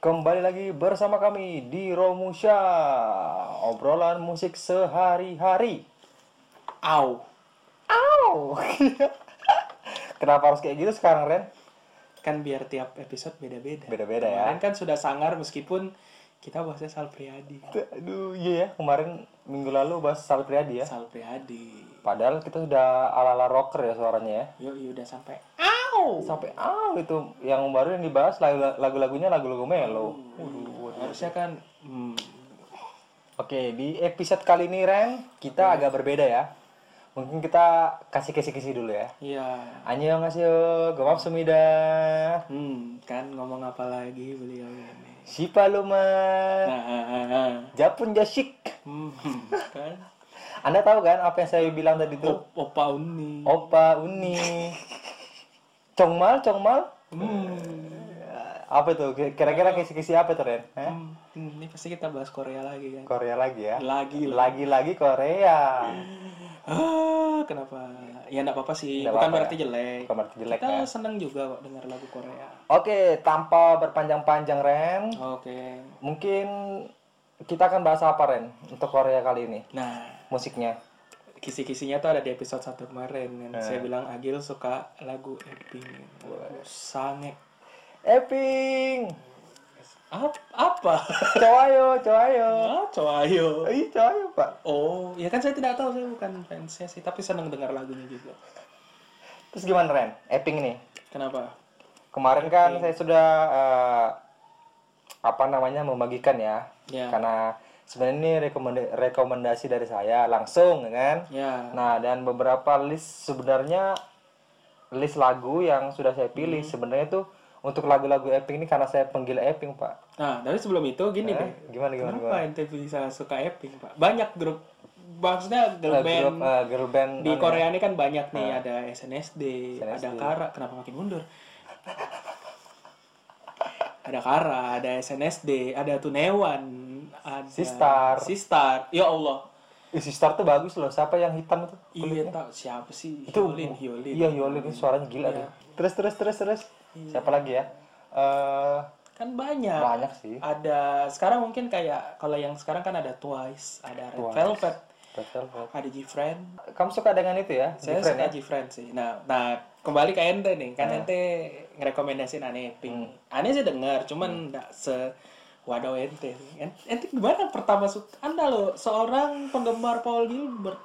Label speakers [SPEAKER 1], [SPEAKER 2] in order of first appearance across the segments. [SPEAKER 1] Kembali lagi bersama kami di Romusha Obrolan musik sehari-hari
[SPEAKER 2] Au.
[SPEAKER 1] Au Kenapa harus kayak gitu sekarang Ren?
[SPEAKER 2] Kan biar tiap episode beda-beda.
[SPEAKER 1] Beda-beda ya.
[SPEAKER 2] Kemarin kan sudah sangar meskipun kita bahasnya Sal Priadi.
[SPEAKER 1] Aduh iya ya kemarin minggu lalu bahas Sal Priadi ya
[SPEAKER 2] Sal Priadi.
[SPEAKER 1] Padahal kita sudah ala-ala rocker ya suaranya ya
[SPEAKER 2] Yuk, udah sampai. Au.
[SPEAKER 1] Sampai au itu yang baru yang dibahas lagu- lagu-lagunya lagu-lagu melo
[SPEAKER 2] Harusnya kan hmm,
[SPEAKER 1] Oke, di episode kali ini Ren, kita agak berbeda ya. Mungkin kita kasih kisi-kisi dulu ya.
[SPEAKER 2] iya.
[SPEAKER 1] Annyeonghaseyo, gomapsumida,
[SPEAKER 2] Hmm, kan ngomong apa lagi beliau ini.
[SPEAKER 1] shipaluma,
[SPEAKER 2] Nah, ah, ah, ah.
[SPEAKER 1] japun jashik.
[SPEAKER 2] Hmm, kan
[SPEAKER 1] Anda tahu kan apa yang saya bilang tadi tuh?
[SPEAKER 2] Op- opa uni.
[SPEAKER 1] Opa, uni, congmal, congmal.
[SPEAKER 2] Hmm.
[SPEAKER 1] Apa itu? Kira-kira kisi-kisi apa tuh Ren? Hah?
[SPEAKER 2] Hmm, hmm, ini pasti kita bahas Korea lagi kan.
[SPEAKER 1] Korea lagi ya?
[SPEAKER 2] Lagi lah.
[SPEAKER 1] Lagi-lagi Korea.
[SPEAKER 2] Ah, kenapa? Ya enggak apa-apa sih.
[SPEAKER 1] Nggak
[SPEAKER 2] Bukan
[SPEAKER 1] apa-apa ya.
[SPEAKER 2] berarti jelek.
[SPEAKER 1] Bukan berarti jelek,
[SPEAKER 2] Kita
[SPEAKER 1] ya.
[SPEAKER 2] seneng juga kok dengar lagu Korea.
[SPEAKER 1] Oke, tanpa berpanjang-panjang Ren,
[SPEAKER 2] Oke.
[SPEAKER 1] Mungkin kita akan bahas apa Ren untuk Korea kali ini
[SPEAKER 2] Nah,
[SPEAKER 1] musiknya.
[SPEAKER 2] kisi-kisinya tuh ada di episode satu kemarin yang
[SPEAKER 1] Eh.
[SPEAKER 2] saya bilang Agil suka lagu Epping. Sange.
[SPEAKER 1] Epping,
[SPEAKER 2] Ap- apa?
[SPEAKER 1] cowayo, cowayo.
[SPEAKER 2] ah, Coayo.
[SPEAKER 1] Ih, cowayo pak.
[SPEAKER 2] Oh, ya kan saya tidak tahu saya bukan fansnya sih, tapi seneng dengar lagunya juga.
[SPEAKER 1] Terus gimana Ren? Epping nih.
[SPEAKER 2] Kenapa?
[SPEAKER 1] Kemarin kan saya sudah eh, apa namanya membagikan ya.
[SPEAKER 2] Ya.
[SPEAKER 1] Karena sebenarnya ini rekomenda- rekomendasi dari saya langsung ya kan.
[SPEAKER 2] Ya.
[SPEAKER 1] Nah, dan beberapa list sebenarnya list lagu yang sudah saya
[SPEAKER 2] Hmm.
[SPEAKER 1] pilih sebenarnya tuh untuk lagu-lagu Epping ini karena saya penggila Epping, Pak.
[SPEAKER 2] Nah, tapi sebelum itu gini deh.
[SPEAKER 1] Gimana Eh, gimana?
[SPEAKER 2] Kenapa ente bisa suka Epping, Pak? Banyak grup maksudnya girl
[SPEAKER 1] Grup
[SPEAKER 2] band
[SPEAKER 1] eh, girl band
[SPEAKER 2] di Korea ini kan banyak nih
[SPEAKER 1] Ah.
[SPEAKER 2] ada SNSD, ada Kara kenapa makin mundur ada Kara ada SNSD ada Tunewan ada
[SPEAKER 1] Sistar.
[SPEAKER 2] Sistar ya Allah
[SPEAKER 1] Isi Star tuh bagus loh. Siapa yang hitam itu?
[SPEAKER 2] iya tak siapa sih
[SPEAKER 1] Itu
[SPEAKER 2] Hyolin Hyolin
[SPEAKER 1] Iya, Yolin itu suaranya gila tuh. Terus terus terus terus.
[SPEAKER 2] Iya.
[SPEAKER 1] Siapa lagi ya? Eh
[SPEAKER 2] kan banyak
[SPEAKER 1] banyak sih.
[SPEAKER 2] ada sekarang mungkin kayak kalau yang sekarang kan ada Twice ada Red Velvet
[SPEAKER 1] Betul, betul.
[SPEAKER 2] ada Gfriend
[SPEAKER 1] Kamu suka dengan itu ya? Ah.
[SPEAKER 2] saya
[SPEAKER 1] Different
[SPEAKER 2] suka Gfriend sih nah nah kembali ke ente nih kan ente ngerekomendasiin aneh pink
[SPEAKER 1] Hmm.
[SPEAKER 2] aneh sih dengar cuman nggak se wadaw ente En- ente gimana pertama suka anda loh seorang penggemar Paul Gilbert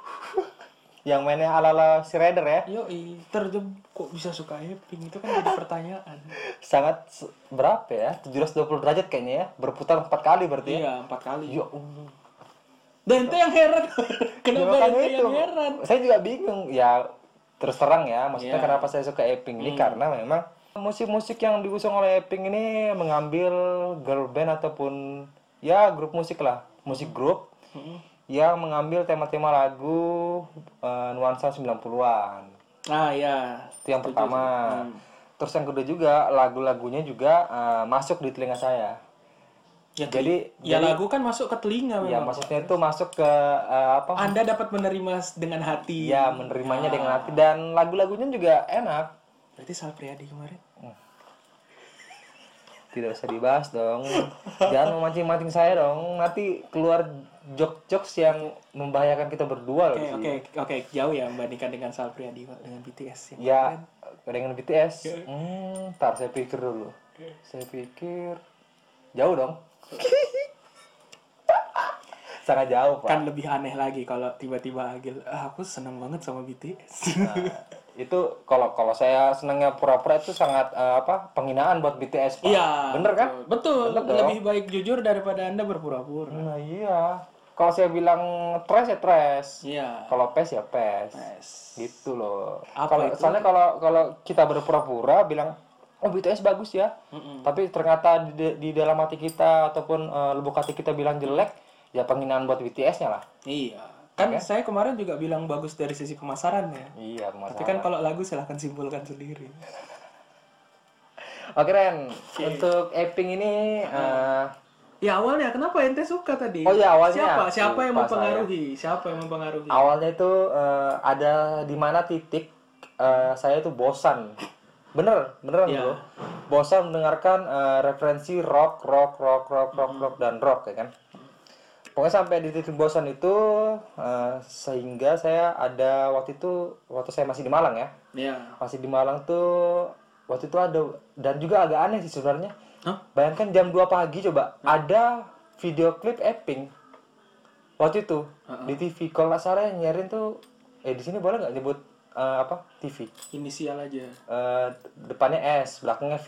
[SPEAKER 1] Yang mainnya ala-ala si Rider ya.
[SPEAKER 2] yoi terjem kok bisa suka Epping itu kan jadi pertanyaan
[SPEAKER 1] Sangat se- berapa ya? 720 derajat kayaknya ya. Berputar empat kali berarti ya.
[SPEAKER 2] iya empat kali
[SPEAKER 1] Ya Allah.
[SPEAKER 2] dan ente yang heran
[SPEAKER 1] Ya,
[SPEAKER 2] kenapa
[SPEAKER 1] makanya
[SPEAKER 2] ente
[SPEAKER 1] itu.
[SPEAKER 2] yang heran
[SPEAKER 1] Saya juga bingung ya terus terang ya maksudnya kenapa saya suka Epping ini karena memang musik-musik yang diusung oleh Epping ini mengambil girl band ataupun ya grup musik lah musik grup yang mengambil tema-tema lagu eh, nuansa 90-an
[SPEAKER 2] nah ya
[SPEAKER 1] itu yang pertama
[SPEAKER 2] Hmm.
[SPEAKER 1] terus yang kedua juga lagu-lagunya juga eh, masuk di telinga saya
[SPEAKER 2] ya,
[SPEAKER 1] jadi
[SPEAKER 2] ya lagu kan masuk ke telinga
[SPEAKER 1] ya
[SPEAKER 2] memang
[SPEAKER 1] maksudnya itu masuk ke eh, apa
[SPEAKER 2] anda dapat menerima dengan hati
[SPEAKER 1] ya menerimanya dengan hati dan lagu-lagunya juga enak
[SPEAKER 2] berarti Sal Priadi kemarin
[SPEAKER 1] tidak usah dibahas dong jangan memancing-mancing saya dong nanti keluar jok-joks yang membahayakan kita berdua loh
[SPEAKER 2] Oke, oke, oke, jauh ya membandingkan dengan Sal Priadi Pak, dengan BTS ya.
[SPEAKER 1] ya dengan BTS hmm tar saya pikir dulu saya pikir jauh dong sangat jauh pak
[SPEAKER 2] Kan lebih aneh lagi kalau tiba-tiba Agil, "Ah, aku seneng banget sama BTS.
[SPEAKER 1] itu kalau kalau saya senangnya pura-pura itu sangat eh, apa penghinaan buat BTS pak bener kan
[SPEAKER 2] Iya, Betul, lebih baik jujur daripada Anda berpura-pura.
[SPEAKER 1] nah iya kalau saya bilang trash ya trash
[SPEAKER 2] Iya.
[SPEAKER 1] kalau pes ya pes
[SPEAKER 2] Yes.
[SPEAKER 1] gitu loh
[SPEAKER 2] Apa
[SPEAKER 1] kalau soalnya kalau kalau kita berpura-pura bilang oh BTS bagus ya tapi ternyata di, di dalam hati kita ataupun eh, lubuk hati kita bilang jelek ya penghinaan buat BTS-nya lah
[SPEAKER 2] Iya. Kan saya kemarin juga bilang bagus dari sisi pemasaran ya.
[SPEAKER 1] iya
[SPEAKER 2] Tapi kan kalau lagu silahkan simpulkan sendiri.
[SPEAKER 1] oke Ren untuk Epping ini eh,
[SPEAKER 2] Ya awalnya kenapa ente suka tadi?
[SPEAKER 1] Oh, iya, awalnya.
[SPEAKER 2] Siapa? Siapa yang
[SPEAKER 1] Lupa saya.
[SPEAKER 2] mempengaruhi? Siapa yang mempengaruhi?
[SPEAKER 1] awalnya itu eh, ada di mana titik eh, saya itu bosan Bener, beneran
[SPEAKER 2] Iya.
[SPEAKER 1] bro. Bosan mendengarkan eh, referensi rock, rock, rock, rock, rock, rock dan rock ya kan. Pokoknya sampai di titik bosan itu eh, sehingga saya ada waktu itu waktu saya masih di Malang ya.
[SPEAKER 2] Iya.
[SPEAKER 1] Masih di Malang tuh waktu itu ada dan juga agak aneh sih sebenarnya.
[SPEAKER 2] Hah?
[SPEAKER 1] Bayangkan jam 2 pagi coba
[SPEAKER 2] Hmm.
[SPEAKER 1] ada video klip Epping waktu itu
[SPEAKER 2] Hmm.
[SPEAKER 1] di TV kalau nggak salah yang nyarin tuh eh di sini boleh nggak nyebut eh, apa TV
[SPEAKER 2] Inisial aja.
[SPEAKER 1] Eh, depannya S belakangnya V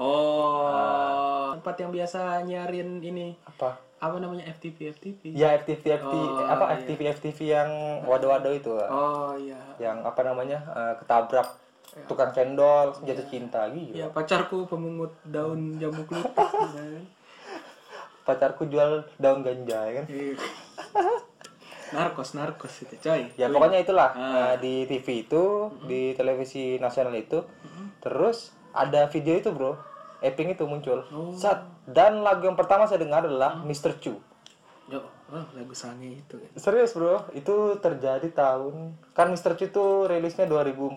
[SPEAKER 2] Oh. Tempat yang biasa nyarin ini
[SPEAKER 1] apa
[SPEAKER 2] apa namanya FTP FTP.
[SPEAKER 1] ya FTV FTV
[SPEAKER 2] Oh,
[SPEAKER 1] apa
[SPEAKER 2] iya.
[SPEAKER 1] FTV FTV yang wado-wado itu eh,
[SPEAKER 2] Oh iya.
[SPEAKER 1] yang apa namanya eh, ketabrak tukang cendol jatuh cinta gitu
[SPEAKER 2] Ya pacarku pemungut daun jambu kelupas. gitu kan.
[SPEAKER 1] pacarku jual daun ganja ya kan
[SPEAKER 2] Iya. narkos narkos itu coy.
[SPEAKER 1] ya pokoknya itulah eh, di TV itu di televisi nasional itu terus ada video itu bro Epping itu muncul Sat. dan lagu yang pertama saya dengar adalah Mr. Chu
[SPEAKER 2] Yo, oh, lagu sange itu kan.
[SPEAKER 1] serius bro itu terjadi tahun kan Mr. Chu itu rilisnya 2014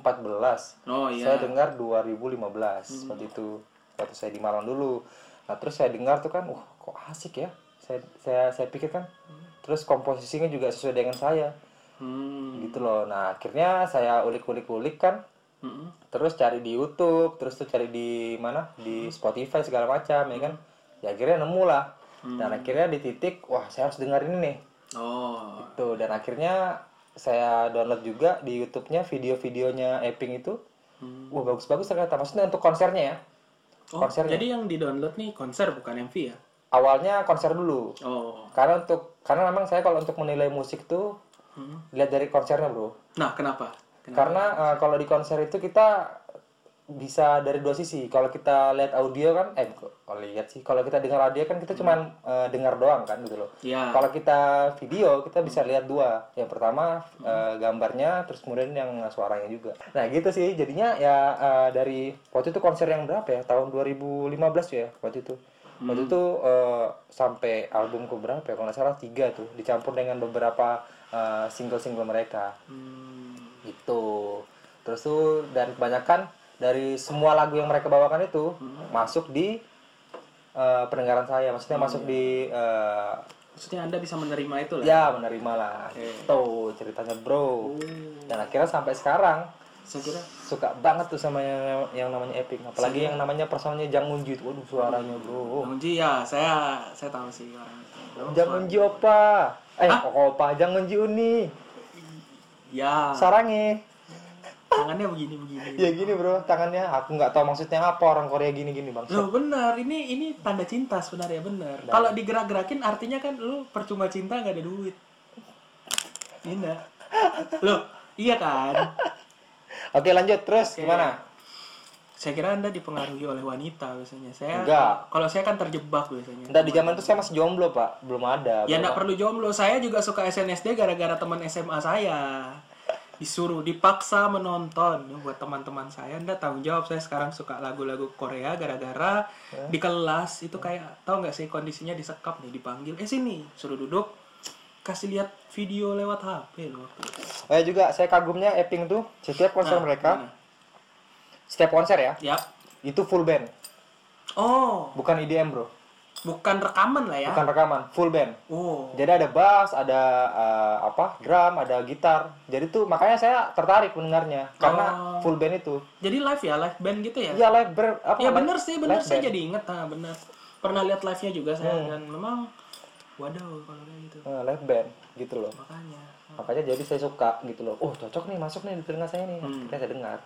[SPEAKER 2] Oh iya.
[SPEAKER 1] saya dengar 2015 waktu itu waktu saya di Malang dulu nah terus saya dengar tuh kan wah kok asik ya saya saya saya pikir kan terus komposisinya juga sesuai dengan saya
[SPEAKER 2] Hmm.
[SPEAKER 1] gitu loh nah akhirnya saya ulik-ulik-ulik kan
[SPEAKER 2] Mm-mm.
[SPEAKER 1] terus cari di YouTube terus tuh cari di mana di Spotify segala macam ya kan ya akhirnya nemu lah dan akhirnya di titik wah saya harus dengar ini nih
[SPEAKER 2] Oh.
[SPEAKER 1] tuh dan akhirnya saya download juga di YouTube-nya video-videonya Epping itu wah bagus-bagus ternyata maksudnya untuk konsernya ya
[SPEAKER 2] Oh,
[SPEAKER 1] Konsernya.
[SPEAKER 2] jadi yang di download nih konser bukan MV ya?
[SPEAKER 1] awalnya konser dulu
[SPEAKER 2] Oh.
[SPEAKER 1] karena untuk karena memang saya kalau untuk menilai musik tuh
[SPEAKER 2] Mm.
[SPEAKER 1] lihat dari konsernya bro
[SPEAKER 2] Nah, kenapa? Kenapa?
[SPEAKER 1] Karena eh, kalau di konser itu kita bisa dari dua sisi. Kalau kita lihat audio kan, eh kok- kalau lihat sih, kalau kita dengar audio kan kita cuman eh, dengar doang kan gitu loh.
[SPEAKER 2] Ya.
[SPEAKER 1] Kalau kita video kita bisa lihat dua. Yang pertama eh, gambarnya, terus kemudian yang suaranya juga. Nah gitu sih. Jadinya ya eh, dari waktu itu konser yang berapa ya? Tahun 2015 ya waktu itu. Waktu itu eh, sampai album ke berapa ya? Kalau nggak salah tiga tuh, dicampur dengan beberapa eh, single-single mereka
[SPEAKER 2] Hmm.
[SPEAKER 1] gitu terus tuh dan kebanyakan dari semua lagu yang mereka bawakan itu masuk di eh, pendengaran saya maksudnya masuk di eh,
[SPEAKER 2] Maksudnya Anda bisa menerima itu lah.
[SPEAKER 1] ya menerima lah gitu ceritanya bro
[SPEAKER 2] Hmm.
[SPEAKER 1] dan akhirnya sampai sekarang
[SPEAKER 2] Oh. Saya kira
[SPEAKER 1] suka banget tuh sama yang, yang namanya Epic apalagi yang namanya personalnya Jang Unji itu waduh suaranya bro
[SPEAKER 2] Bang Ji ya, saya saya tahu sih orang.
[SPEAKER 1] Jang Unji opa eh opa Jang Unji uni
[SPEAKER 2] Ya,
[SPEAKER 1] sarangi
[SPEAKER 2] tangannya begini-begini.
[SPEAKER 1] ya gini bro tangannya aku nggak tahu maksudnya apa orang Korea gini gini bang
[SPEAKER 2] Loh benar, ini ini tanda cinta sebenarnya benar. Kalau digerak-gerakin artinya kan lu percuma cinta nggak ada duit. Indah. Loh, iya kan?
[SPEAKER 1] Oke lanjut terus gimana?
[SPEAKER 2] Saya kira Anda dipengaruhi oleh wanita biasanya. Saya
[SPEAKER 1] Enggak.
[SPEAKER 2] kalau saya kan terjebak biasanya.
[SPEAKER 1] Enggak di zaman itu saya masih jomblo pak, belum ada.
[SPEAKER 2] Ya nggak perlu jomblo, saya juga suka SNSD gara-gara teman SMA saya disuruh dipaksa menonton buat teman-teman saya anda tanggung jawab saya sekarang suka lagu-lagu Korea gara-gara di kelas itu kayak tahu nggak sih kondisinya disekap nih dipanggil eh sini suruh duduk kasih lihat video lewat HP loh waktu itu.
[SPEAKER 1] Eh juga saya kagumnya Epping tuh setiap konser mereka,
[SPEAKER 2] mana?
[SPEAKER 1] setiap konser ya,
[SPEAKER 2] Yap.
[SPEAKER 1] itu full band,
[SPEAKER 2] oh
[SPEAKER 1] bukan IDM bro,
[SPEAKER 2] bukan rekaman lah ya
[SPEAKER 1] bukan rekaman, full band.
[SPEAKER 2] oh
[SPEAKER 1] Jadi ada bass, ada eh, apa, drum, ada gitar. Jadi tuh makanya saya tertarik mendengarnya karena full band itu.
[SPEAKER 2] jadi live ya live band gitu ya
[SPEAKER 1] Iya live ber apa?
[SPEAKER 2] Ya
[SPEAKER 1] live-
[SPEAKER 2] bener sih, bener
[SPEAKER 1] live
[SPEAKER 2] saya
[SPEAKER 1] band.
[SPEAKER 2] jadi inget, nah bener Pernah lihat live-nya juga saya,
[SPEAKER 1] Hmm.
[SPEAKER 2] dan memang Waduh kalau kayak gitu,
[SPEAKER 1] Eh, live band gitu loh.
[SPEAKER 2] makanya
[SPEAKER 1] makanya jadi saya suka gitu loh oh cocok nih masuk nih di telinga saya nih
[SPEAKER 2] Hmm.
[SPEAKER 1] akhirnya saya dengar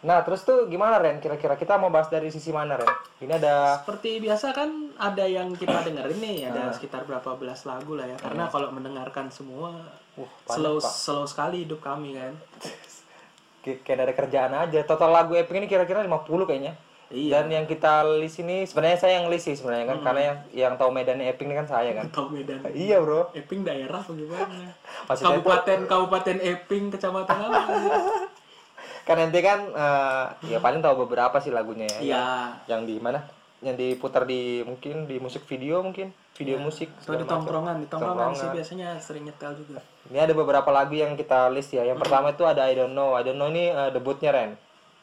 [SPEAKER 1] nah terus tuh gimana Ren kira-kira kita mau bahas dari sisi mana Ren ini ada
[SPEAKER 2] Seperti biasa kan ada yang kita dengerin nih, ada
[SPEAKER 1] Hmm.
[SPEAKER 2] sekitar berapa belas lagu lah ya Karena kalau mendengarkan semua, slow, slow sekali hidup kami kan
[SPEAKER 1] ki- kayak ada kerjaan aja total lagu Epic ini kira-kira 50 kayaknya
[SPEAKER 2] Iya.
[SPEAKER 1] dan
[SPEAKER 2] Hmm.
[SPEAKER 1] yang kita list ini sebenarnya saya yang list sih sebenarnya kan karena yang yang tahu medannya Epic ini kan saya kan
[SPEAKER 2] Tau Medan,
[SPEAKER 1] iya bro
[SPEAKER 2] Eping daerah bagaimana?
[SPEAKER 1] Maksudnya itu-
[SPEAKER 2] Kabupaten, Kabupaten Eping, Kecamatan apa?
[SPEAKER 1] Iya.
[SPEAKER 2] Oh.
[SPEAKER 1] kan nanti kan eh, ya paling tahu beberapa sih lagunya ya
[SPEAKER 2] Iya,
[SPEAKER 1] yang di mana yang diputar di mungkin di musik video mungkin video musik
[SPEAKER 2] Iya. atau di tongkrongan, di tongkrongan sih biasanya sering nyetel juga
[SPEAKER 1] Ini ada beberapa lagu yang kita list ya. Yang pertama itu ada I Don't Know. I Don't Know ini eh, debutnya Ren.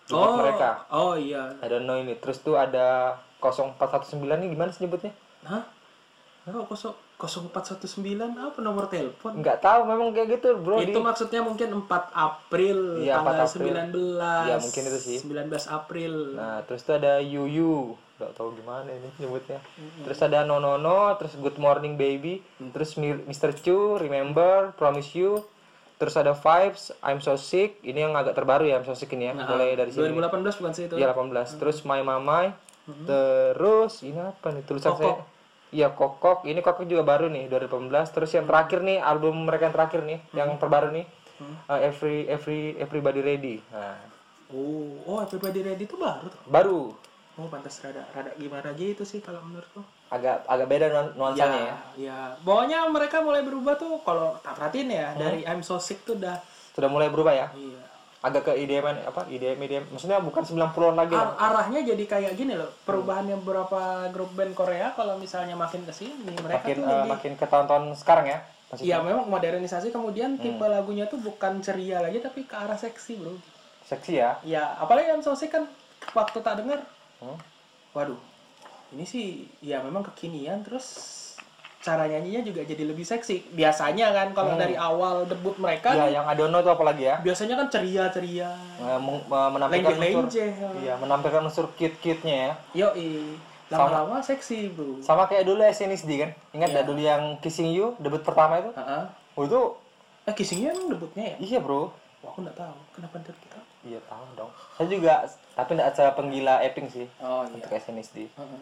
[SPEAKER 1] Tempat
[SPEAKER 2] oh,
[SPEAKER 1] mereka.
[SPEAKER 2] Oh iya.
[SPEAKER 1] I don't know ini. Terus tuh ada 0419 ini gimana sih nyebutnya?
[SPEAKER 2] Hah? Oh, 0419 apa nomor telepon?
[SPEAKER 1] Nggak tahu memang kayak gitu, Bro.
[SPEAKER 2] itu maksudnya mungkin 4 April
[SPEAKER 1] Iya, 4
[SPEAKER 2] tanggal
[SPEAKER 1] April.
[SPEAKER 2] 19.
[SPEAKER 1] Iya, mungkin itu sih.
[SPEAKER 2] 19 April.
[SPEAKER 1] Nah, terus tuh ada Yuyu, nggak tahu gimana ini nyebutnya. Terus ada Nonono, terus Good Morning Baby, terus Mi- Mr. Chu, Remember, Promise You, terus ada Vibes, I'm So Sick, ini yang agak terbaru ya I'm So Sick ini ya, mulai dari sini.
[SPEAKER 2] 2018 bukan sih itu?
[SPEAKER 1] Iya
[SPEAKER 2] Mm-hmm.
[SPEAKER 1] 18. Terus My Mamai, terus ini apa nih tulisan saya? Iya Kokok, ini Kokok juga baru nih 2018. Terus yang terakhir nih album mereka yang terakhir nih,
[SPEAKER 2] Mm-hmm.
[SPEAKER 1] yang terbaru nih. uh, every every everybody ready. Nah,
[SPEAKER 2] Oh, oh Everybody Ready itu baru tuh.
[SPEAKER 1] baru
[SPEAKER 2] Oh, pantas rada rada gimana gitu sih kalau menurutku.
[SPEAKER 1] agak agak beda nuan- nuansanya ya.
[SPEAKER 2] ya. Pokoknya mereka mulai berubah tuh kalau tak perhatiin
[SPEAKER 1] Hmm?
[SPEAKER 2] ya dari I'm So Sick tuh udah
[SPEAKER 1] Sudah mulai berubah ya.
[SPEAKER 2] iya.
[SPEAKER 1] Agak ke IDM -an, apa E IDM IDM. Maksudnya bukan 90-an lagi.
[SPEAKER 2] Ar- arahnya jadi kayak gini loh. Perubahannya beberapa grup band Korea kalau misalnya makin ke sini mereka
[SPEAKER 1] makin
[SPEAKER 2] tuh
[SPEAKER 1] eh,
[SPEAKER 2] jadi
[SPEAKER 1] makin ke tahun-tahun sekarang ya. Maksudnya
[SPEAKER 2] Iya memang modernisasi kemudian tipe lagunya tuh bukan ceria lagi tapi ke arah seksi bro.
[SPEAKER 1] seksi ya.
[SPEAKER 2] Ya apalagi yang sosis kan waktu tak dengar,
[SPEAKER 1] Hmm.
[SPEAKER 2] waduh ini sih ya memang kekinian terus cara nyanyinya juga jadi lebih seksi. Biasanya kan kalau dari awal debut mereka
[SPEAKER 1] Iya, yang Adono tuh apalagi ya.
[SPEAKER 2] biasanya kan ceria ceria,
[SPEAKER 1] Eh, meng- eh, menampilkan
[SPEAKER 2] lenjeh
[SPEAKER 1] unsur
[SPEAKER 2] lenjeh.
[SPEAKER 1] Iya, menampilkan unsur kit-kitnya ya.
[SPEAKER 2] Yo lama-lama seksi bro.
[SPEAKER 1] Sama kayak dulu SNSD kan. Ingat
[SPEAKER 2] Iya.
[SPEAKER 1] ya dulu yang Kissing You debut pertama itu?
[SPEAKER 2] Heeh.
[SPEAKER 1] Oh itu
[SPEAKER 2] Eh kissingnya emang debutnya ya?
[SPEAKER 1] iya, Bro.
[SPEAKER 2] Wah, aku nggak tahu kenapa debut kita.
[SPEAKER 1] Iya, tahu dong. Saya juga tapi enggak acara penggila Epping sih
[SPEAKER 2] Oh
[SPEAKER 1] untuk SNSD.
[SPEAKER 2] Heeh.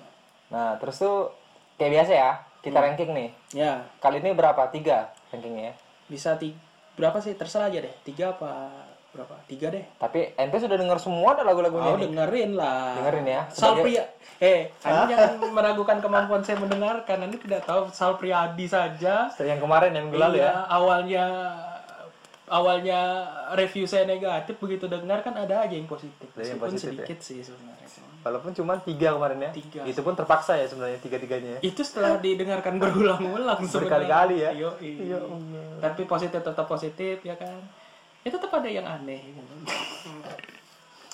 [SPEAKER 1] Nah, terus tuh kayak biasa ya, kita ranking nih.
[SPEAKER 2] Ya
[SPEAKER 1] Kali ini berapa? Tiga rankingnya ya.
[SPEAKER 2] bisa ti berapa sih terserah aja deh tiga apa berapa tiga deh
[SPEAKER 1] Tapi ente sudah dengar semua ada lagu-lagunya
[SPEAKER 2] mau
[SPEAKER 1] nih.
[SPEAKER 2] dengerin lah
[SPEAKER 1] Oh, Dengerin ya, sebagai-
[SPEAKER 2] Salpria eh anda jangan meragukan kemampuan saya mendengarkan anda tidak tahu Salpriadi saja
[SPEAKER 1] Yang kemarin yang minggu lalu ya.
[SPEAKER 2] Iya, awalnya awalnya review saya negatif begitu dengar kan ada aja yang positif
[SPEAKER 1] Ada yang
[SPEAKER 2] meskipun
[SPEAKER 1] positif ya.
[SPEAKER 2] sedikit sih sebenarnya
[SPEAKER 1] Walaupun cuma tiga kemarin ya.
[SPEAKER 2] Tiga. Iya.
[SPEAKER 1] Itu pun terpaksa ya sebenarnya tiga-tiganya. ya.
[SPEAKER 2] itu setelah didengarkan berulang-ulang sebenarnya
[SPEAKER 1] Berkali-kali ya.
[SPEAKER 2] Yoi. tapi positif tetap positif ya kan ya tetap ada yang aneh gitu.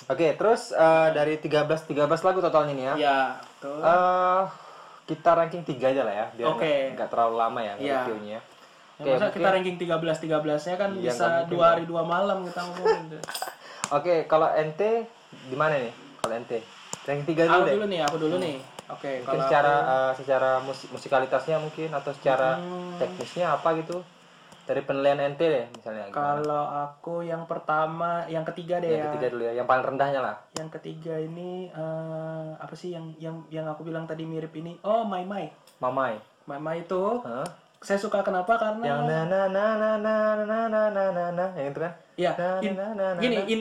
[SPEAKER 1] Oke, terus eh, dari 13 13 lagu totalnya nih ya.
[SPEAKER 2] ya betul
[SPEAKER 1] eh kita ranking 3 aja lah ya, biar
[SPEAKER 2] Oke.
[SPEAKER 1] nggak- nggak terlalu lama ya
[SPEAKER 2] Iya.
[SPEAKER 1] reviewnya.
[SPEAKER 2] Ya,
[SPEAKER 1] Oke,
[SPEAKER 2] masa kita ranking 13 13-nya kan
[SPEAKER 1] Iya,
[SPEAKER 2] bisa
[SPEAKER 1] nggak
[SPEAKER 2] dua hari dua malam kita ngomongin. tuh.
[SPEAKER 1] oke kalau NT di mana nih? Kalau NT ranking 3 dulu
[SPEAKER 2] aku
[SPEAKER 1] deh.
[SPEAKER 2] Ah, dulu nih, aku dulu nih. Oke,
[SPEAKER 1] Mungkin
[SPEAKER 2] kalau
[SPEAKER 1] secara eh, secara mus- musikalitasnya mungkin atau secara
[SPEAKER 2] Hmm.
[SPEAKER 1] teknisnya apa gitu dari penilaian NT deh misalnya.
[SPEAKER 2] kalau aku yang pertama, yang ketiga deh
[SPEAKER 1] Yang
[SPEAKER 2] ya.
[SPEAKER 1] ketiga dulu ya, yang paling rendahnya lah.
[SPEAKER 2] Yang ketiga ini eh, apa sih yang yang yang aku bilang tadi mirip ini? Oh, Mai Mai.
[SPEAKER 1] Mamai.
[SPEAKER 2] Mai Mai itu
[SPEAKER 1] Hah?
[SPEAKER 2] saya suka kenapa? Karena
[SPEAKER 1] Yang na na na na na na na na na na yang itu kan?
[SPEAKER 2] ya
[SPEAKER 1] Na
[SPEAKER 2] in-
[SPEAKER 1] na na na.
[SPEAKER 2] gini in,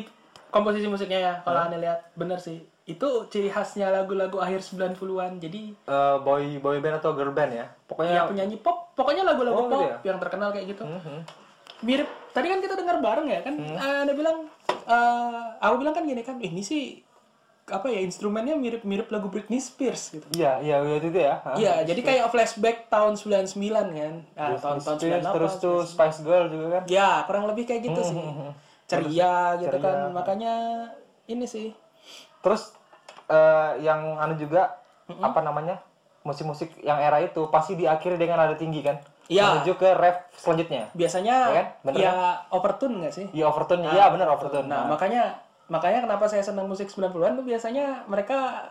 [SPEAKER 2] komposisi musiknya ya kalau aneh lihat bener sih. Itu ciri khasnya lagu-lagu akhir 90-an. Jadi
[SPEAKER 1] Eh, boy boy band atau girl band ya?
[SPEAKER 2] ya
[SPEAKER 1] Pokoknya
[SPEAKER 2] penyanyi pop, pokoknya lagu-lagu
[SPEAKER 1] Oh, gitu
[SPEAKER 2] pop
[SPEAKER 1] ya?
[SPEAKER 2] yang terkenal kayak gitu.
[SPEAKER 1] Mhm.
[SPEAKER 2] mirip tadi kan kita dengar bareng ya kan
[SPEAKER 1] Hmm.
[SPEAKER 2] eh, ada bilang eh, aku bilang kan gini kan ini sih apa ya instrumennya mirip-mirip lagu Britney Spears gitu
[SPEAKER 1] Iya, iya, iya itu ya. Hah?
[SPEAKER 2] Iya, jadi kayak flashback tahun 99 kan. Nah, tahun tahun
[SPEAKER 1] Terus,
[SPEAKER 2] 98.
[SPEAKER 1] terus tuh Hmm, Spice Girl juga kan?
[SPEAKER 2] Ya, kurang lebih kayak gitu sih. Ceria gitu kan. Makanya ini sih.
[SPEAKER 1] Terus eh, yang anu juga apa namanya musik-musik yang era itu pasti diakhiri dengan nada tinggi kan?
[SPEAKER 2] Iya.
[SPEAKER 1] Menuju ke ref selanjutnya.
[SPEAKER 2] Biasanya
[SPEAKER 1] Ya kan? Bener
[SPEAKER 2] ya overtune nggak sih?
[SPEAKER 1] Iya overtone, iya benar overtone.
[SPEAKER 2] Nah, makanya makanya kenapa saya senang musik 90-an tuh biasanya mereka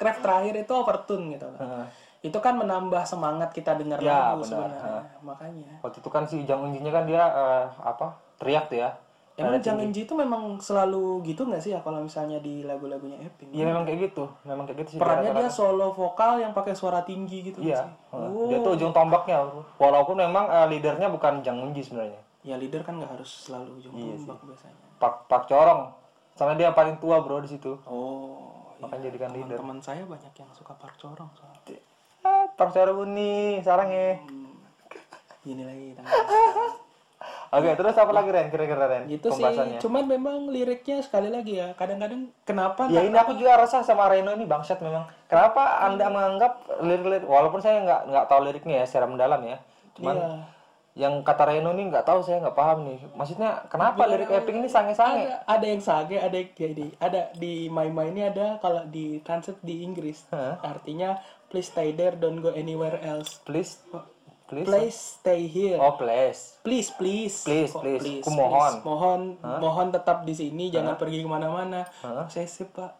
[SPEAKER 2] craft terakhir itu overtune gitu kan.
[SPEAKER 1] Heeh.
[SPEAKER 2] Itu kan menambah semangat kita dengar
[SPEAKER 1] Ya,
[SPEAKER 2] lagu
[SPEAKER 1] benar.
[SPEAKER 2] sebenarnya. Makanya.
[SPEAKER 1] Waktu itu kan si Jang Eunjinya kan dia eh, apa teriak tuh ya?
[SPEAKER 2] Emang Jang Eunji itu memang selalu gitu nggak sih ya kalau misalnya di lagu-lagunya Epping?
[SPEAKER 1] Iya memang kayak gitu, memang kayak gitu sih.
[SPEAKER 2] Hmm. Perannya dia solo vokal yang pakai suara tinggi gitu nggak
[SPEAKER 1] Iya.
[SPEAKER 2] sih?
[SPEAKER 1] Heeh. Dia tuh ujung tombaknya, walaupun memang eh, leadernya bukan Jang Eunji sebenarnya.
[SPEAKER 2] Ya leader kan nggak harus
[SPEAKER 1] Iya
[SPEAKER 2] selalu ujung tombak biasanya.
[SPEAKER 1] Pak Pak Corong, soalnya dia paling tua bro di situ.
[SPEAKER 2] Oh, iya.
[SPEAKER 1] Makanya jadikan leader.
[SPEAKER 2] teman-teman saya banyak yang suka Park Corong soalnya.
[SPEAKER 1] Ah, Pak Corong ini sarang ya.
[SPEAKER 2] Gini lagi. tangan.
[SPEAKER 1] Oke, terus apa lagi Ren? Kira-kira Ren?
[SPEAKER 2] Itu Gitu sih, cuman memang liriknya sekali lagi ya. Kadang-kadang kenapa
[SPEAKER 1] Ya ini aku juga resah sama Reno ini bangsat memang. Kenapa
[SPEAKER 2] Hmm.
[SPEAKER 1] Anda menganggap lirik-lirik walaupun saya nggak nggak tahu liriknya ya secara mendalam ya. Cuman
[SPEAKER 2] Iya.
[SPEAKER 1] yang kata Reno nih nggak tahu saya nggak paham nih maksudnya
[SPEAKER 2] Iya.
[SPEAKER 1] kenapa lirik Epping ini sange-sange
[SPEAKER 2] Ada, ada yang sage, ada yang jadi. Ada di My My ini ada kalau di translate di Inggris.
[SPEAKER 1] Hah?
[SPEAKER 2] Artinya please stay there, don't go anywhere else.
[SPEAKER 1] please please
[SPEAKER 2] Please stay here.
[SPEAKER 1] oh please
[SPEAKER 2] Please, please,
[SPEAKER 1] Please,
[SPEAKER 2] Kok
[SPEAKER 1] please. Kumohon.
[SPEAKER 2] please. mohon, mohon tetap di sini, jangan pergi kemana-mana. Saya sih pak,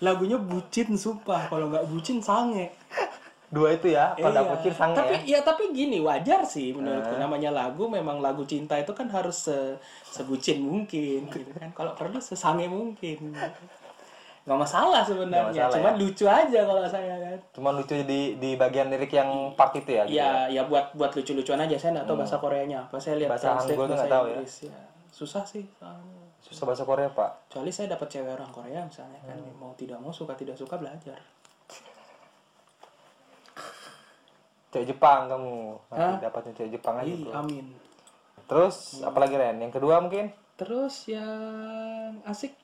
[SPEAKER 2] lagunya bucin sumpah, kalau nggak bucin sange.
[SPEAKER 1] dua itu ya pada kucing sange
[SPEAKER 2] Iya. tapi
[SPEAKER 1] ya Ah.
[SPEAKER 2] ya. tapi gini wajar sih menurutku namanya lagu memang lagu cinta itu kan harus se sebucin mungkin gitu kan kalau perlu sesange mungkin nggak masalah
[SPEAKER 1] masalah,
[SPEAKER 2] sebenarnya
[SPEAKER 1] ya.
[SPEAKER 2] cuman lucu aja kalau saya kan
[SPEAKER 1] cuman lucu di di bagian lirik yang part itu ya gitu.
[SPEAKER 2] ya ya buat buat lucu-lucuan aja saya nggak tahu bahasa Koreanya apa saya
[SPEAKER 1] Hmm.
[SPEAKER 2] lihat
[SPEAKER 1] Bahasa Hangul
[SPEAKER 2] translate
[SPEAKER 1] tuh
[SPEAKER 2] bahasa
[SPEAKER 1] nggak tahu ya?
[SPEAKER 2] Inggris ya. susah sih soalnya.
[SPEAKER 1] susah bahasa Korea pak
[SPEAKER 2] kecuali saya dapat cewek orang Korea misalnya kan
[SPEAKER 1] Hmm.
[SPEAKER 2] mau tidak mau suka tidak suka belajar
[SPEAKER 1] cewek Jepang kamu nanti
[SPEAKER 2] Hah? Iya.
[SPEAKER 1] dapatnya cewek Jepang aja
[SPEAKER 2] Ih,
[SPEAKER 1] bro.
[SPEAKER 2] amin
[SPEAKER 1] terus apalagi Ren yang kedua mungkin
[SPEAKER 2] terus yang asik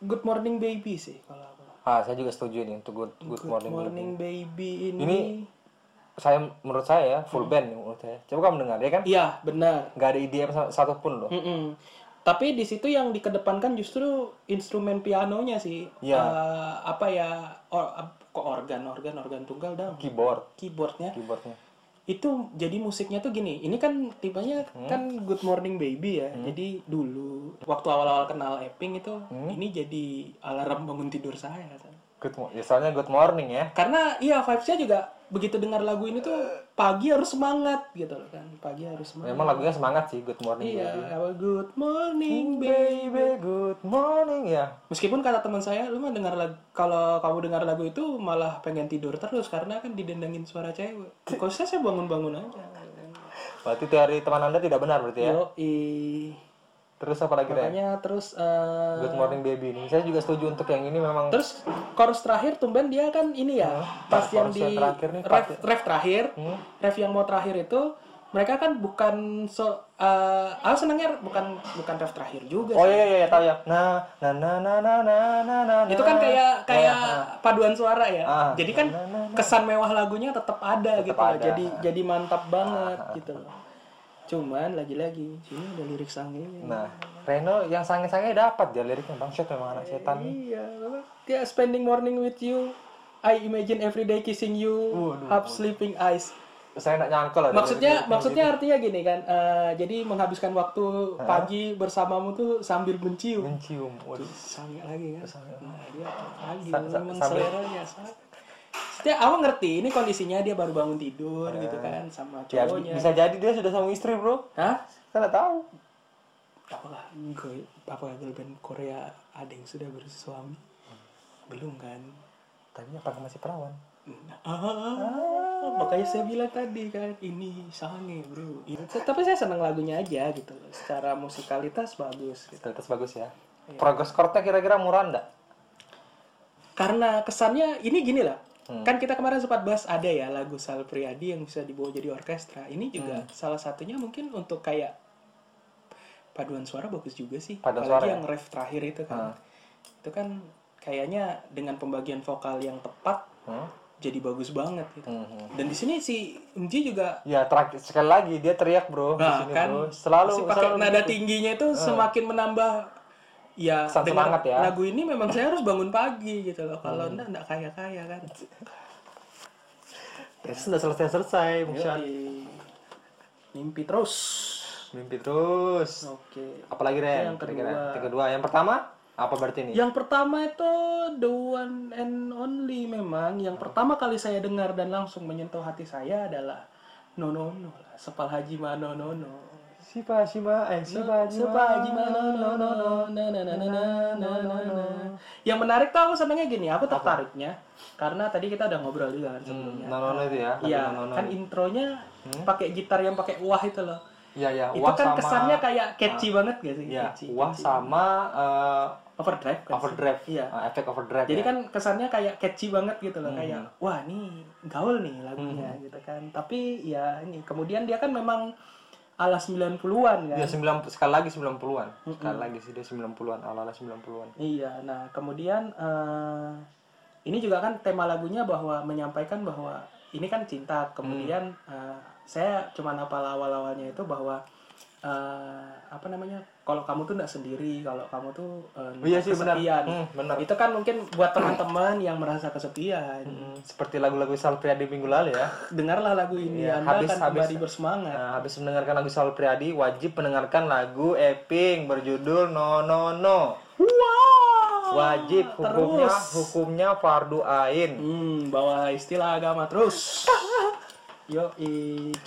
[SPEAKER 2] Good Morning Baby sih kalau aku
[SPEAKER 1] ah saya juga setuju nih untuk good, good, morning, Baby.
[SPEAKER 2] baby, ini.
[SPEAKER 1] Ini- saya menurut saya ya full band nih menurut saya coba kamu dengar ya kan
[SPEAKER 2] Iya, benar.
[SPEAKER 1] nggak ada IDM sa- satupun loh
[SPEAKER 2] Mm-mm. Tapi di situ yang dikedepankan justru instrumen pianonya sih.
[SPEAKER 1] Iya.
[SPEAKER 2] Eh, apa ya? or- ap- kok organ, organ, organ tunggal dong.
[SPEAKER 1] keyboard
[SPEAKER 2] Keyboardnya
[SPEAKER 1] keyboardnya
[SPEAKER 2] itu jadi musiknya tuh gini. Ini kan tipenya kan Good Morning Baby ya. Jadi dulu waktu awal-awal kenal Epping itu ini jadi alarm bangun tidur saya.
[SPEAKER 1] good mo- ya, soalnya good morning ya
[SPEAKER 2] karena iya vibesnya juga begitu dengar lagu ini tuh pagi harus semangat gitu loh kan pagi harus semangat
[SPEAKER 1] memang lagunya semangat sih good morning
[SPEAKER 2] iya
[SPEAKER 1] Baby.
[SPEAKER 2] apa, good morning baby
[SPEAKER 1] baby good morning ya
[SPEAKER 2] meskipun kata teman saya lu mah dengar lagu kalau kamu dengar lagu itu malah pengen tidur terus karena kan didendangin suara cewek kalau saya saya bangun bangun aja Iya.
[SPEAKER 1] berarti teori teman anda tidak benar berarti ya
[SPEAKER 2] yo
[SPEAKER 1] terus apalagi Ren
[SPEAKER 2] makanya terus eh,
[SPEAKER 1] good morning baby ini saya juga setuju untuk yang ini memang
[SPEAKER 2] terus chorus terakhir tumben dia kan ini ya pas
[SPEAKER 1] chorus yang
[SPEAKER 2] yang di
[SPEAKER 1] terakhir nih,
[SPEAKER 2] ref, ref terakhir ref yang mau terakhir itu mereka kan bukan so eh aku senangnya bukan bukan ref terakhir juga
[SPEAKER 1] oh
[SPEAKER 2] sih.
[SPEAKER 1] iya iya iya, tahu ya nah nah nah nah nah nah nah nah
[SPEAKER 2] itu kan kayak kayak paduan suara ya
[SPEAKER 1] Ah.
[SPEAKER 2] jadi kan kesan mewah lagunya tetap ada gitu loh.
[SPEAKER 1] ada. Ah,
[SPEAKER 2] jadi jadi mantap banget gitu loh cuman lagi-lagi sini ada lirik sanggenya
[SPEAKER 1] nah Reno yang sange-sange dapat dia liriknya bangsat memang anak setan
[SPEAKER 2] Iya, apa? dia spending morning with you. I imagine every day kissing you, half sleeping eyes.
[SPEAKER 1] saya nggak nyangka loh ada
[SPEAKER 2] Maksudnya, maksudnya
[SPEAKER 1] gitu.
[SPEAKER 2] artinya gini kan, eh, jadi menghabiskan waktu
[SPEAKER 1] Ah.
[SPEAKER 2] pagi bersamamu tuh sambil
[SPEAKER 1] liriknya.
[SPEAKER 2] mencium.
[SPEAKER 1] mencium waduh
[SPEAKER 2] Sangat lagi kan. Nah, dia lagi
[SPEAKER 1] sa-
[SPEAKER 2] memang
[SPEAKER 1] sambil-
[SPEAKER 2] seleranya, sangat. Setiap aku ngerti ini kondisinya dia baru bangun tidur gitu kan sama
[SPEAKER 1] ya
[SPEAKER 2] cowoknya.
[SPEAKER 1] bisa jadi dia sudah sama istri bro
[SPEAKER 2] Hah?
[SPEAKER 1] saya nggak tahu
[SPEAKER 2] Apakah gue, apakah girl band Korea ada yang sudah bersuami? Belum kan?
[SPEAKER 1] tapi apakah masih perawan
[SPEAKER 2] Ah, makanya saya bilang tadi kan ini sange bro Ini- tapi saya senang lagunya aja gitu loh. secara musikalitas bagus gitu.
[SPEAKER 1] kualitas bagus ya progress chordnya kira-kira murah nggak
[SPEAKER 2] karena kesannya ini gini lah
[SPEAKER 1] Hmm.
[SPEAKER 2] kan kita kemarin sempat bahas ada ya lagu Sal Priadi yang bisa dibawa jadi orkestra ini juga
[SPEAKER 1] Hmm.
[SPEAKER 2] salah satunya mungkin untuk kayak paduan suara bagus juga sih
[SPEAKER 1] Paduan
[SPEAKER 2] apalagi
[SPEAKER 1] suara ya? Hmm.
[SPEAKER 2] yang ref terakhir itu kan itu kan kayaknya dengan pembagian vokal yang tepat
[SPEAKER 1] Hmm?
[SPEAKER 2] jadi bagus banget gitu
[SPEAKER 1] Mhm.
[SPEAKER 2] dan di sini si Mji juga
[SPEAKER 1] Ya terakhir sekali lagi dia teriak bro di sini,
[SPEAKER 2] Nah, kan
[SPEAKER 1] bro. selalu
[SPEAKER 2] masih pakai
[SPEAKER 1] selalu gitu. Hmm.
[SPEAKER 2] nada tingginya itu semakin menambah ya
[SPEAKER 1] Kesan
[SPEAKER 2] dengar
[SPEAKER 1] semangat ya. Hmm.
[SPEAKER 2] lagu ini memang saya harus bangun pagi gitu loh kalau enggak enggak kaya-kaya kan.
[SPEAKER 1] Ya, sudah selesai selesai
[SPEAKER 2] Iya.
[SPEAKER 1] Bungsyat.
[SPEAKER 2] Yoi. Mimpi terus.
[SPEAKER 1] mimpi terus
[SPEAKER 2] Oke.
[SPEAKER 1] apalagi Ren
[SPEAKER 2] Oh. Yang
[SPEAKER 1] Kira-kira.
[SPEAKER 2] kedua. Ya.
[SPEAKER 1] yang kedua yang pertama apa berarti ini
[SPEAKER 2] Yang pertama itu the one and only memang yang pertama kali saya dengar dan langsung menyentuh hati saya adalah no no no lah sepal haji ma no no no
[SPEAKER 1] Sipa Sipa eh Sipa
[SPEAKER 2] Siapa haji ma no no no no na na na na na na na na. yang menarik tuh aku senangnya gini aku tertariknya karena tadi kita udah ngobrol
[SPEAKER 1] Hmm,
[SPEAKER 2] juga kan sebelumnya
[SPEAKER 1] Nonono itu Hmm? ya lagu
[SPEAKER 2] Iya,
[SPEAKER 1] Nonono.
[SPEAKER 2] kan intronya pakai gitar yang pakai wah itu loh.
[SPEAKER 1] Iya ya
[SPEAKER 2] Itu
[SPEAKER 1] wah
[SPEAKER 2] kan
[SPEAKER 1] sama
[SPEAKER 2] kesannya kayak catchy banget gak sih?
[SPEAKER 1] ya
[SPEAKER 2] Catchy.
[SPEAKER 1] wah sama eh,
[SPEAKER 2] Overdrive kan?
[SPEAKER 1] overdrive
[SPEAKER 2] Iya.
[SPEAKER 1] Eh, efek overdrive
[SPEAKER 2] Jadi
[SPEAKER 1] ya. Hmm.
[SPEAKER 2] kan kesannya kayak catchy banget gitu loh, kayak wah nih gaul nih lagunya gitu kan. Tapi ya ini kemudian dia kan memang ala 90-an kan.
[SPEAKER 1] ya 90 sekali lagi 90-an sekali lagi sih dia 90-an ala-ala 90-an
[SPEAKER 2] Iya, nah kemudian eh,
[SPEAKER 1] Hmm.
[SPEAKER 2] ini juga kan tema lagunya bahwa menyampaikan bahwa ini kan cinta, kemudian eh, saya cuma hafal awal-awalnya itu bahwa eh, apa namanya kalau kamu tuh nggak sendiri kalau kamu tuh eh,
[SPEAKER 1] Oh, iya sih, benar.
[SPEAKER 2] kesepian
[SPEAKER 1] Hmm, benar.
[SPEAKER 2] itu kan mungkin buat teman-teman yang merasa kesepian
[SPEAKER 1] Hmm, seperti lagu-lagu Sal Priadi minggu lalu
[SPEAKER 2] Iya.
[SPEAKER 1] ya.
[SPEAKER 2] dengarlah lagu ini
[SPEAKER 1] Iya,
[SPEAKER 2] anda
[SPEAKER 1] habis-
[SPEAKER 2] akan
[SPEAKER 1] habis-
[SPEAKER 2] kembali bersemangat
[SPEAKER 1] Nah, habis mendengarkan lagu Sal Priadi, wajib mendengarkan lagu Eping berjudul No No No.
[SPEAKER 2] wow
[SPEAKER 1] Wajib hukumnya
[SPEAKER 2] Oh, terus
[SPEAKER 1] hukumnya fardu ain.
[SPEAKER 2] hmm, bawa istilah agama terus yo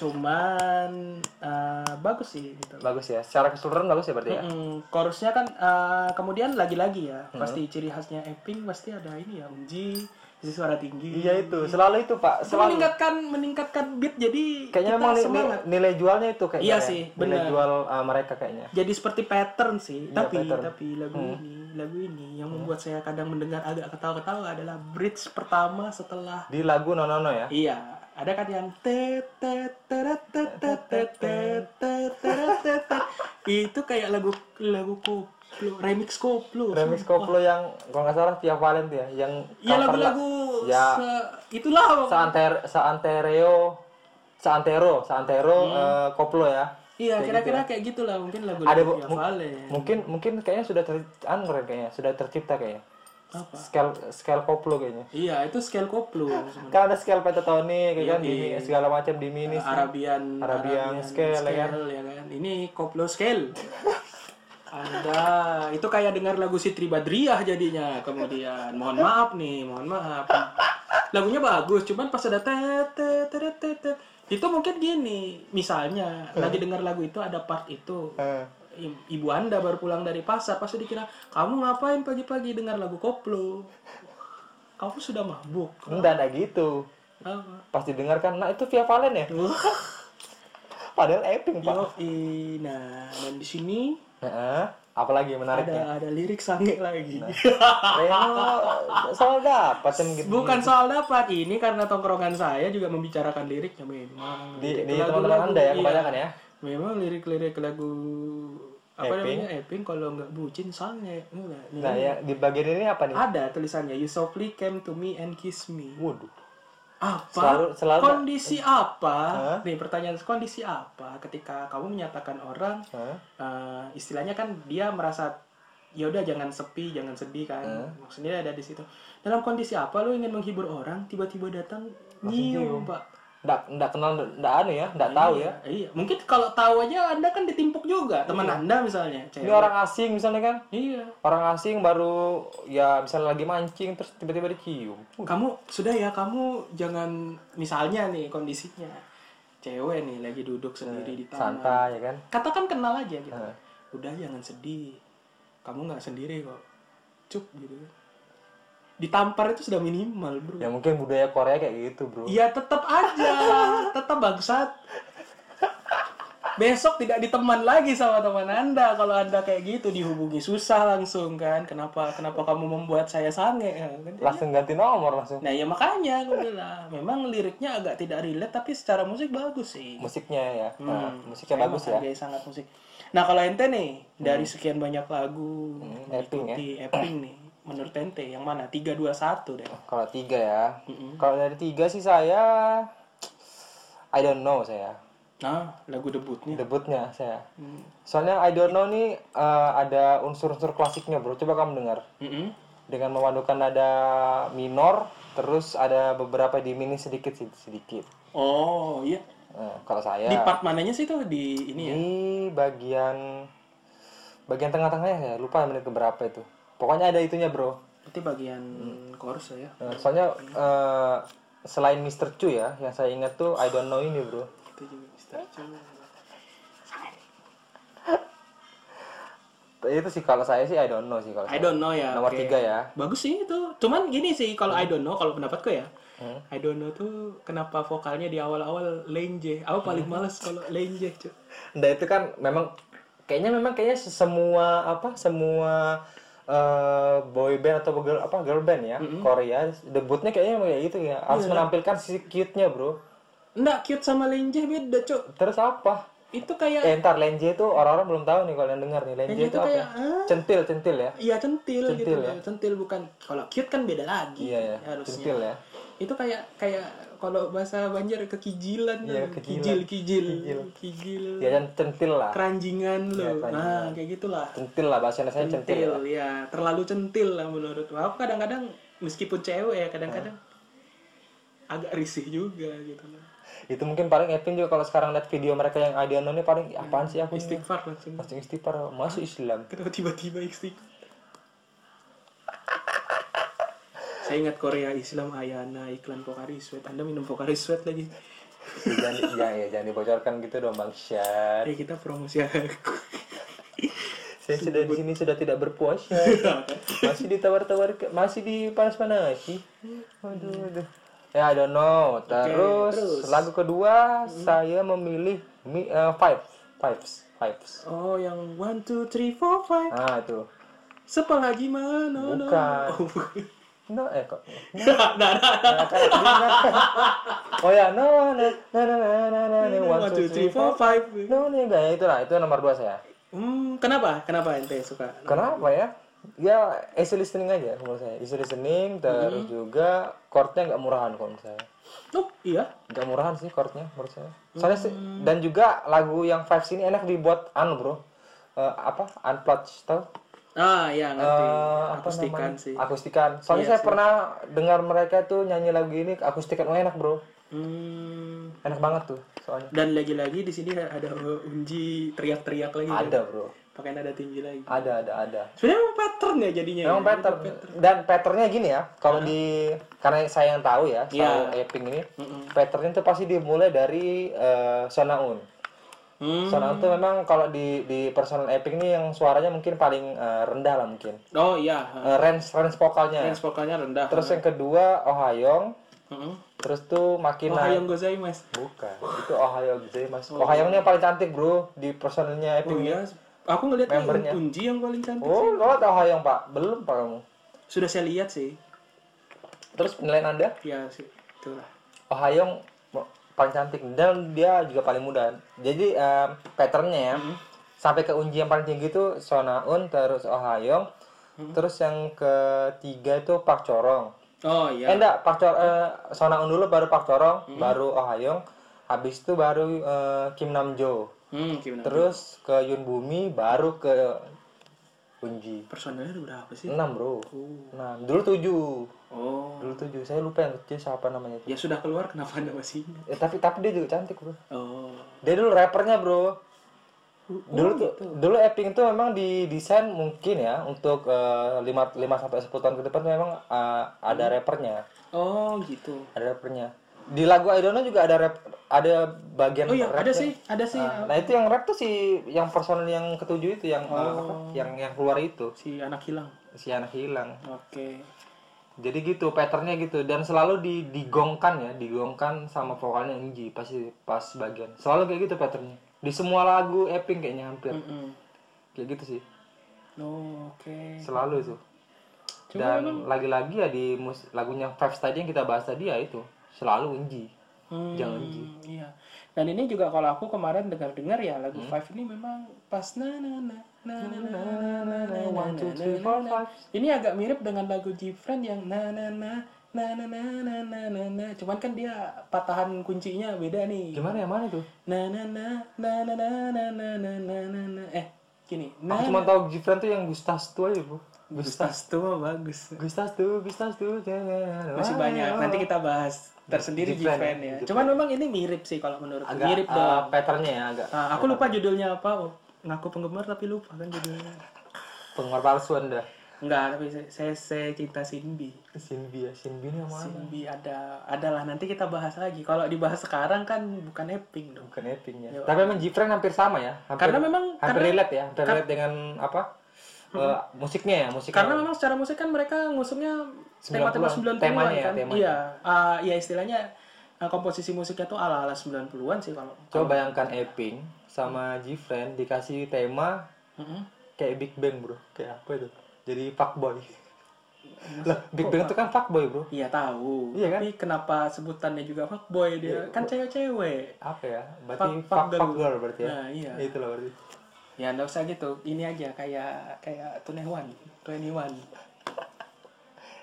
[SPEAKER 2] cuman eh, bagus sih gitu
[SPEAKER 1] Bagus ya. Secara keseluruhan bagus ya berarti ya.
[SPEAKER 2] Mm, chorusnya kan eh, kemudian lagi-lagi ya
[SPEAKER 1] Hmm.
[SPEAKER 2] pasti ciri khasnya Epping pasti ada ini ya unji isi suara tinggi
[SPEAKER 1] Iya itu, selalu itu Pak.
[SPEAKER 2] Itu
[SPEAKER 1] Selalu.
[SPEAKER 2] meningkatkan meningkatkan beat jadi
[SPEAKER 1] Kayaknya
[SPEAKER 2] kita
[SPEAKER 1] memang ni- ni-
[SPEAKER 2] semangat
[SPEAKER 1] nilai jualnya itu kayaknya.
[SPEAKER 2] Iya
[SPEAKER 1] ya.
[SPEAKER 2] sih,
[SPEAKER 1] Nilai
[SPEAKER 2] benar.
[SPEAKER 1] jual uh, mereka kayaknya.
[SPEAKER 2] jadi seperti pattern sih
[SPEAKER 1] Iya,
[SPEAKER 2] tapi
[SPEAKER 1] pattern. Hmm.
[SPEAKER 2] tapi lagu ini lagu ini yang membuat saya kadang mendengar agak ketawa-ketawa adalah bridge pertama setelah
[SPEAKER 1] Di lagu No No No ya.
[SPEAKER 2] Iya, ada kan yang te- te- teret, te- te- te- te- te- teret, te- te- itu kayak lagu lagu koplo, remix koplo.
[SPEAKER 1] Remix koplo yang kalau nggak salah Tia Valen tuh ya, yang
[SPEAKER 2] Iya
[SPEAKER 1] cover la-
[SPEAKER 2] lagu-lagu
[SPEAKER 1] Ya.
[SPEAKER 2] se- itulah. Iya,
[SPEAKER 1] Saanter Saantereo Saantero Saantero
[SPEAKER 2] Hmm.
[SPEAKER 1] eh, koplo ya.
[SPEAKER 2] Iya, kira-kira kayak gitulah mungkin lagu
[SPEAKER 1] Ada
[SPEAKER 2] lagu
[SPEAKER 1] bu-
[SPEAKER 2] Via
[SPEAKER 1] mu-
[SPEAKER 2] Valen.
[SPEAKER 1] Mungkin mungkin kayaknya sudah ter anu keren kayaknya, sudah tercipta kayaknya.
[SPEAKER 2] Apa?
[SPEAKER 1] Scale scale koplo kayaknya.
[SPEAKER 2] Iya, itu scale koplo sebenarnya.
[SPEAKER 1] Kan ada scale pentatonic
[SPEAKER 2] Iya,
[SPEAKER 1] kayak kan di segala macam di mini.
[SPEAKER 2] Ah, Arabian,
[SPEAKER 1] Arabian scale, ya kan?
[SPEAKER 2] ya kan? Ini koplo scale. Anda itu kayak dengar lagu Sitri Badriah jadinya. Kemudian mohon maaf nih, mohon maaf. Lagunya bagus, cuman pas ada tet tet tet tet, tet, itu mungkin gini, misalnya lagi dengar lagu itu ada part itu.
[SPEAKER 1] Eh,
[SPEAKER 2] I- Ibu Anda baru pulang dari pasar pasti dikira, "Kamu ngapain pagi-pagi dengar lagu koplo?" Kamu sudah mabuk.
[SPEAKER 1] enggak ada gitu.
[SPEAKER 2] Apa?
[SPEAKER 1] Pas didengarkan, nah itu Via Valen ya. Padahal epic,
[SPEAKER 2] Iya.
[SPEAKER 1] Pak.
[SPEAKER 2] Yoi, nah dan di sini
[SPEAKER 1] Heeh. Apalagi yang menariknya.
[SPEAKER 2] ada ada lirik sange lagi.
[SPEAKER 1] Nah. Reno soal dapat sem gitu.
[SPEAKER 2] Bukan soal dapat ini karena tongkrongan saya juga membicarakan liriknya memang.
[SPEAKER 1] di,
[SPEAKER 2] Lirik
[SPEAKER 1] di
[SPEAKER 2] lagu-
[SPEAKER 1] teman-teman Anda ya
[SPEAKER 2] iya.
[SPEAKER 1] kebanyakan ya.
[SPEAKER 2] Memang lirik-lirik lagu apa
[SPEAKER 1] Eping.
[SPEAKER 2] namanya Eping kalau nggak bucin sange enggak. Nih,
[SPEAKER 1] Nah, ya di bagian ini apa nih?
[SPEAKER 2] Ada tulisannya You softly came to me and kiss me.
[SPEAKER 1] Waduh.
[SPEAKER 2] Apa?
[SPEAKER 1] Selalu- selalu-
[SPEAKER 2] kondisi apa? Nih pertanyaan kondisi apa ketika kamu menyatakan orang
[SPEAKER 1] Hah?
[SPEAKER 2] eh, istilahnya kan dia merasa ya udah jangan sepi jangan sedih kan maksudnya ada di situ dalam kondisi apa lu ingin menghibur orang tiba-tiba datang nyium pak
[SPEAKER 1] Nggak, nggak kenal, nggak anu ya, nggak tahu ya.
[SPEAKER 2] iya mungkin kalau tahu aja anda kan ditimpuk juga teman anda misalnya
[SPEAKER 1] Iya. Ini
[SPEAKER 2] cewek
[SPEAKER 1] orang asing misalnya kan.
[SPEAKER 2] iya
[SPEAKER 1] Orang asing baru ya misalnya lagi mancing terus tiba-tiba dicium.
[SPEAKER 2] kamu sudah ya kamu jangan misalnya nih kondisinya cewek nih lagi duduk sendiri di taman
[SPEAKER 1] Santai ya kan.
[SPEAKER 2] katakan kenal aja gitu udah jangan sedih kamu nggak sendiri kok cup gitu kan. ditampar itu sudah minimal bro
[SPEAKER 1] Ya mungkin budaya Korea kayak gitu, Bro.
[SPEAKER 2] ya tetap aja tetap bangsat besok tidak diteman lagi sama teman anda kalau anda kayak gitu dihubungi susah langsung kan kenapa kenapa kamu membuat saya sange Ya kan?
[SPEAKER 1] Langsung ganti nomor langsung.
[SPEAKER 2] nah ya makanya gue bilang memang liriknya agak tidak relate tapi secara musik bagus sih
[SPEAKER 1] Musiknya ya. Nah, musiknya
[SPEAKER 2] Saya
[SPEAKER 1] bagus ya.
[SPEAKER 2] menghargai sangat musik. Nah kalau ente nih dari sekian banyak lagu
[SPEAKER 1] Epping ya.
[SPEAKER 2] di Epping nih, menurut ente yang mana? Tiga dua satu deh.
[SPEAKER 1] Kalau tiga ya. Kalau dari tiga sih saya I don't know saya.
[SPEAKER 2] Nah lagu debutnya.
[SPEAKER 1] debutnya saya. Soalnya I Don't Know nih eh, ada unsur-unsur klasiknya bro. Coba kamu dengar
[SPEAKER 2] Mm-mm.
[SPEAKER 1] dengan memadukan nada minor, terus ada beberapa di mini sedikit sih sedikit.
[SPEAKER 2] Oh iya.
[SPEAKER 1] Eh, kalau saya
[SPEAKER 2] Di
[SPEAKER 1] di,
[SPEAKER 2] part mananya sih tuh di ini ya?
[SPEAKER 1] bagian bagian tengah-tengahnya saya lupa menit keberapa itu. Pokoknya ada itunya bro.
[SPEAKER 2] Berarti bagian chorus ya.
[SPEAKER 1] Eh, soalnya eh, selain Mr. Chu ya, yang saya ingat tuh I Don't Know ini bro.
[SPEAKER 2] Itu juga Mr. Chu.
[SPEAKER 1] Itu sih kalau saya sih I Don't Know sih kalau
[SPEAKER 2] I
[SPEAKER 1] saya.
[SPEAKER 2] don't know ya.
[SPEAKER 1] Nomor
[SPEAKER 2] oke.
[SPEAKER 1] tiga ya.
[SPEAKER 2] Bagus sih itu. Cuman gini sih kalau I don't know kalau pendapatku ya.
[SPEAKER 1] Hmm.
[SPEAKER 2] I don't know tuh kenapa vokalnya di awal-awal lenje. Aku paling
[SPEAKER 1] Hmm.
[SPEAKER 2] males kalau lenje, cuy.
[SPEAKER 1] Nah itu kan memang kayaknya memang kayaknya se- semua apa semua eh, boy band atau girl apa girl band ya Korea debutnya kayaknya emang kayak gitu ya
[SPEAKER 2] Iya.
[SPEAKER 1] harus menampilkan sisi cute nya bro
[SPEAKER 2] Nggak, cute sama lenje beda, cuy.
[SPEAKER 1] terus apa
[SPEAKER 2] Itu kayak
[SPEAKER 1] eh ntar lenje itu orang-orang belum tahu nih kalau yang dengar nih lenje
[SPEAKER 2] Lenje
[SPEAKER 1] itu
[SPEAKER 2] tuh
[SPEAKER 1] apa ya?
[SPEAKER 2] kayak, "Hah?"
[SPEAKER 1] centil centil ya
[SPEAKER 2] Iya centil,
[SPEAKER 1] Centil ya?
[SPEAKER 2] gitu, centil bukan kalau cute kan beda lagi
[SPEAKER 1] iya ya
[SPEAKER 2] harusnya.
[SPEAKER 1] centil ya
[SPEAKER 2] itu kayak kayak kalau bahasa Banjar kekijilan
[SPEAKER 1] Iya,
[SPEAKER 2] tuh.
[SPEAKER 1] kekijilan.
[SPEAKER 2] kijil kijil
[SPEAKER 1] Kijil.
[SPEAKER 2] kijil
[SPEAKER 1] ya dan centil lah
[SPEAKER 2] keranjingan
[SPEAKER 1] Iya,
[SPEAKER 2] lo nah
[SPEAKER 1] keranjingan.
[SPEAKER 2] kayak gitulah
[SPEAKER 1] centil lah bahasa Indonesia centil,
[SPEAKER 2] centil
[SPEAKER 1] lah.
[SPEAKER 2] ya terlalu centil lah menurut gua. aku kadang-kadang meskipun cewek ya kadang-kadang agak risih juga gitu loh
[SPEAKER 1] itu mungkin paling Epin juga kalau sekarang lihat video mereka yang Adiano ini paling "Ih, apaan sih aku ini
[SPEAKER 2] istighfar langsung
[SPEAKER 1] masih istighfar masuk Islam
[SPEAKER 2] kenapa tiba-tiba istighfar saya ingat Korea Islam Ayana iklan Pocari Sweat Anda minum Pocari Sweat lagi
[SPEAKER 1] Ya, jangan, ya, ya, jangan dibocorkan gitu dong bang Syar
[SPEAKER 2] eh kita promosi aku
[SPEAKER 1] saya sudah di sini sudah tidak berpuasa masih ditawar-tawar ke- masih dipanas-panasi aduh aduh ya I don't know terus, Hmm.
[SPEAKER 2] terus.
[SPEAKER 1] lagu kedua saya memilih mi, eh, five fives fives
[SPEAKER 2] oh yang one two three four five
[SPEAKER 1] ah itu
[SPEAKER 2] sepelagi mana no.
[SPEAKER 1] Bukan.
[SPEAKER 2] oh, bukan.
[SPEAKER 1] no eh kok
[SPEAKER 2] nah, nah, nah.
[SPEAKER 1] oh ya no no no no no no no no one two three four
[SPEAKER 2] five.
[SPEAKER 1] no no enggak ya itulah itu nomor dua saya
[SPEAKER 2] Hmm, kenapa? Kenapa ente suka?
[SPEAKER 1] kenapa ya ya easy listening aja menurut saya easy listening
[SPEAKER 2] Mm-hmm.
[SPEAKER 1] terus juga chordnya nggak murahan kalau menurut saya
[SPEAKER 2] Oh, iya.
[SPEAKER 1] nggak murahan sih chordnya menurut saya soalnya sih
[SPEAKER 2] Mm.
[SPEAKER 1] dan juga lagu yang Fives ini enak dibuat anu bro Eh, apa unplugged tau
[SPEAKER 2] Ah, iya ngerti.
[SPEAKER 1] Eh, apa
[SPEAKER 2] Akustikan
[SPEAKER 1] namanya?
[SPEAKER 2] sih.
[SPEAKER 1] akustikan soalnya saya pernah dengar mereka tuh nyanyi lagu ini akustikan wah enak bro
[SPEAKER 2] Hmm.
[SPEAKER 1] enak banget tuh soalnya
[SPEAKER 2] Dan lagi-lagi di sini ada Unji teriak-teriak lagi.
[SPEAKER 1] ada bro
[SPEAKER 2] Pakaian ada tinggi lagi.
[SPEAKER 1] ada ada ada
[SPEAKER 2] Sebenarnya emang pattern ya jadinya.
[SPEAKER 1] Memang
[SPEAKER 2] ya?
[SPEAKER 1] pattern. Dan patternnya gini ya, kalau di karena saya yang tahu ya,
[SPEAKER 2] Iya.
[SPEAKER 1] soal Eping ini, patternnya itu pasti dimulai dari eh, Sonaun.
[SPEAKER 2] Hmm.
[SPEAKER 1] Sonaun itu memang kalau di di personal Eping ini yang suaranya mungkin paling eh, rendah lah mungkin.
[SPEAKER 2] Oh, iya.
[SPEAKER 1] Eh, range range vokalnya.
[SPEAKER 2] Yang vokalnya rendah.
[SPEAKER 1] Terus yang kedua Ohayong,
[SPEAKER 2] Heeh.
[SPEAKER 1] terus tuh makin
[SPEAKER 2] Oh,
[SPEAKER 1] naik.
[SPEAKER 2] yang gozaimasu.
[SPEAKER 1] Bukan, itu Ohayo gitu mas. Ohayongnya yang paling cantik bro di personalnya
[SPEAKER 2] Oh,
[SPEAKER 1] Eping.
[SPEAKER 2] iya. Aku ngeliatnya
[SPEAKER 1] Membernya.
[SPEAKER 2] Unji yang paling cantik.
[SPEAKER 1] Oh, kalau tau Ohayong pak, belum pak kamu.
[SPEAKER 2] Sudah saya lihat sih.
[SPEAKER 1] Terus penilaian anda?
[SPEAKER 2] Ya, sih. Itulah.
[SPEAKER 1] Oh Hayong paling cantik dan dia juga paling muda. Jadi em, patternnya ya sampai ke Unji yang paling tinggi itu Sonaun terus Oh Hayong, terus yang ketiga itu Pak Corong.
[SPEAKER 2] Oh,
[SPEAKER 1] Eh
[SPEAKER 2] iya.
[SPEAKER 1] enggak, Pak Cor eh, Sonaun dulu baru Pak Corong, baru Oh Hayong, habis itu baru eh, Kim Namjo.
[SPEAKER 2] Hmm, gimana?
[SPEAKER 1] Terus ke Yun Bumi baru ke Unji.
[SPEAKER 2] Personalnya ada berapa sih?
[SPEAKER 1] 6, Bro. Nah, dulu 7.
[SPEAKER 2] Oh.
[SPEAKER 1] Dulu 7. Saya lupa yang kecil siapa namanya itu.
[SPEAKER 2] Ya sudah keluar kenapa Anda masih ingat?
[SPEAKER 1] Eh, tapi tapi dia juga cantik, Bro.
[SPEAKER 2] Oh.
[SPEAKER 1] Dia dulu rappernya bro. Dulu tuh, dulu Epping tuh memang didesain mungkin ya untuk 5 lima sampai 10 tahun ke depan memang eh, ada
[SPEAKER 2] Hmm.
[SPEAKER 1] rappernya,
[SPEAKER 2] Oh, gitu.
[SPEAKER 1] ada rappernya. Di lagu I Don't Know juga ada rap, ada bagian
[SPEAKER 2] Oh iya,
[SPEAKER 1] rap.
[SPEAKER 2] ada sih, ada sih
[SPEAKER 1] Nah itu yang rap tuh si yang personal yang ketujuh itu yang eh, apa?
[SPEAKER 2] Oh.
[SPEAKER 1] Yang yang keluar itu
[SPEAKER 2] si anak hilang.
[SPEAKER 1] si anak hilang.
[SPEAKER 2] Oke.
[SPEAKER 1] Jadi gitu patternnya gitu dan selalu di, digongkan ya, digongkan sama vokalnya Inji pasti pas bagian. Selalu kayak gitu patternnya. Di semua lagu Epping kayaknya hampir.
[SPEAKER 2] Mm.
[SPEAKER 1] kayak gitu sih
[SPEAKER 2] Oh, oke.
[SPEAKER 1] selalu itu dan lagi-lagi ya di mus- lagunya Five tadi yang kita bahas tadi ya itu selalu unji
[SPEAKER 2] Hmm,
[SPEAKER 1] Jangan gitu.
[SPEAKER 2] Iya. Dan ini juga kalau aku kemarin dengar-dengar ya lagu Five ini memang pas na na na na na na na na na
[SPEAKER 1] One,
[SPEAKER 2] na,
[SPEAKER 1] two,
[SPEAKER 2] na,
[SPEAKER 1] three,
[SPEAKER 2] na,
[SPEAKER 1] four,
[SPEAKER 2] na.
[SPEAKER 1] five.
[SPEAKER 2] Ini agak mirip dengan lagu Different yang na na na na na na na na na na. Cuman kan dia patahan kuncinya beda nih.
[SPEAKER 1] gimana yang mana itu
[SPEAKER 2] na na na na na na na na na na na na eh gini
[SPEAKER 1] aku
[SPEAKER 2] na
[SPEAKER 1] cuma tahu Gibran tuh yang Gustas tuh aja bu
[SPEAKER 2] Gustas tuh mah bagus
[SPEAKER 1] Gustas tuh Gustas tuh
[SPEAKER 2] masih banyak nanti kita bahas tersendiri
[SPEAKER 1] Different,
[SPEAKER 2] oh. Gfriend ya cuman memang ini mirip sih kalau menurut
[SPEAKER 1] agak
[SPEAKER 2] mirip
[SPEAKER 1] eh,
[SPEAKER 2] dong
[SPEAKER 1] patternnya ya agak
[SPEAKER 2] Ah, aku lupa judulnya apa oh ngaku penggemar tapi lupa kan judulnya
[SPEAKER 1] penggemar palsu anda
[SPEAKER 2] enggak tapi saya- saya saya cinta Simbi
[SPEAKER 1] Sinbi ya Sinbi ini yang mana
[SPEAKER 2] Simbi ada adalah nanti kita bahas lagi kalau dibahas sekarang kan bukan Epping dong
[SPEAKER 1] bukan Epping ya tapi memang Gibran hampir sama ya hampir,
[SPEAKER 2] karena memang
[SPEAKER 1] hampir relate ya hampir relate dengan apa eh, musiknya ya musiknya
[SPEAKER 2] Karena memang secara musik kan mereka ngusungnya tema-tema 90-an
[SPEAKER 1] 90-an, temanya ya,
[SPEAKER 2] kan.
[SPEAKER 1] temanya.
[SPEAKER 2] Iya, Ah, ya istilahnya ah, komposisi musiknya tuh ala-ala 90-an sih kalau.
[SPEAKER 1] Coba bayangkan Epping sama Gfriend dikasih tema
[SPEAKER 2] Mm-mm.
[SPEAKER 1] kayak Big Bang bro, kayak apa itu? Jadi fuckboy. Lah, Big Bang itu kan fuckboy bro.
[SPEAKER 2] Iya tahu.
[SPEAKER 1] Iya kan? Iya.
[SPEAKER 2] Tapi kenapa sebutannya juga fuckboy dia? kan cewek-cewek.
[SPEAKER 1] Apa ya? Berarti
[SPEAKER 2] Fuck-
[SPEAKER 1] fuck,
[SPEAKER 2] fuck
[SPEAKER 1] fuck girl berarti ya.
[SPEAKER 2] Nah, iya.
[SPEAKER 1] Itu lah berarti.
[SPEAKER 2] Ya enggak usah gitu. Ini aja kayak kayak Tunewan, Tunewan.